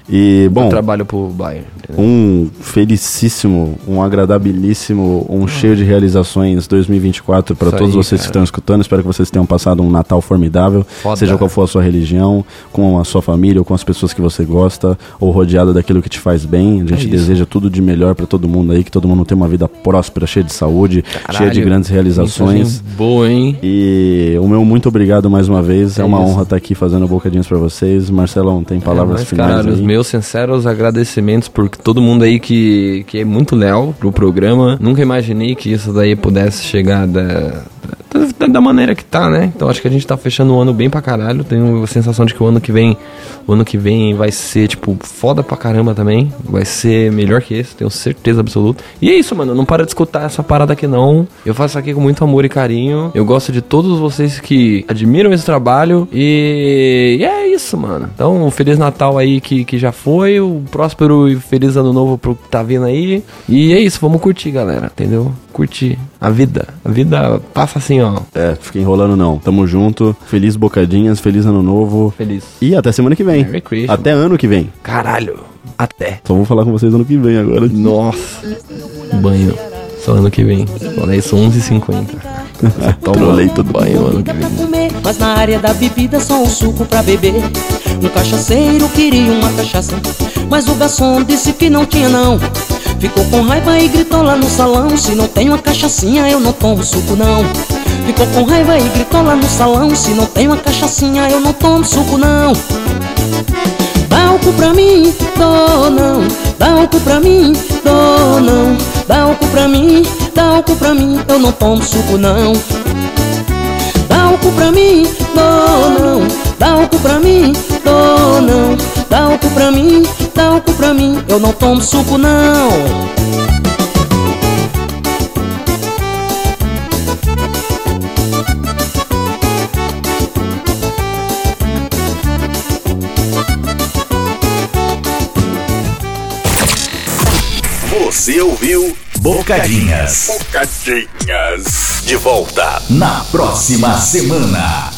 S4: E, bom,
S3: Eu trabalho pro Bayern. entendeu?
S4: um felicíssimo, um agradabilíssimo, um cheio de realizações 2024 para
S3: Hum. Isso
S4: todos
S3: aí,
S4: vocês que
S3: cara.
S4: estão escutando. Espero que vocês tenham passado um Natal formidável,
S3: Foda.
S4: seja qual for a sua religião, com a sua família ou com as pessoas que você gosta, ou rodeada daquilo que te faz bem. A gente
S3: É isso.
S4: deseja tudo de melhor para todo mundo aí, que todo mundo tenha uma vida próspera, cheia de saúde, cheia de
S3: Caralho,
S4: grandes realizações.
S3: mensagem Boa, hein?
S4: E o meu muito obrigado mais uma vez. É,
S3: É
S4: uma
S3: isso.
S4: honra estar aqui fazendo bocadinhos pra vocês. Marcelão, tem palavras
S3: É, Mas,
S4: finais
S3: Cara, os
S4: aí?
S3: meus sinceros agradecimentos por todo mundo aí que, que é muito leal pro programa. Nunca imaginei que isso daí pudesse chegar da, da, da maneira que tá, né? Então acho que a gente tá fechando o ano bem pra caralho. Tenho a sensação de que o ano que vem, o ano que vem vai ser, tipo, foda pra caramba também. Vai ser melhor que esse, tenho certeza absoluta. E é isso, mano. Não para de escutar essa parada aqui, não. Eu faço aqui com muito amor e carinho. Eu gosto de todos vocês que admiram esse trabalho. E, e é isso, mano. Então, um Feliz Natal aí que, que já foi. Um próspero e feliz ano novo pro que tá vindo aí. E é isso, vamos curtir, galera. Entendeu? Curtir a vida. A vida passa assim, ó.
S4: É, fica enrolando não. Tamo junto. Feliz bocadinhas, feliz ano novo.
S3: Feliz.
S4: E até semana que vem.
S3: Merry Christmas.
S4: Até ano que vem.
S3: Caralho. Até.
S4: Só vou falar com vocês ano que vem agora.
S3: Nossa. Banho. Só ano que vem. Olha isso, 11h50.
S4: Trolei todo
S3: banho ano que
S5: Comida pra
S3: vem.
S5: comer, mas na área da bebida só um suco pra beber. Um cachaceiro queria uma cachaça, mas o garçom disse que não tinha não. Ficou com raiva e gritou lá no salão: Se não tem uma cachaçinha, eu não tomo suco não. Ficou com raiva e gritou lá no salão: Se não tem uma cachaçinha, eu não tomo suco não. Dá o cu pra mim, dou não. Dá o cu pra mim, dou não. Dá o cu pra mim, dá o cu pra mim, eu não tomo suco não. Dá o cu pra mim, não, não. Dá o cu pra mim, não, não. Dá o cu pra mim, dá o cu pra mim. Eu não tomo suco, não.
S2: Você ouviu Bocadinhas. Bocadinhas. De volta na próxima semana.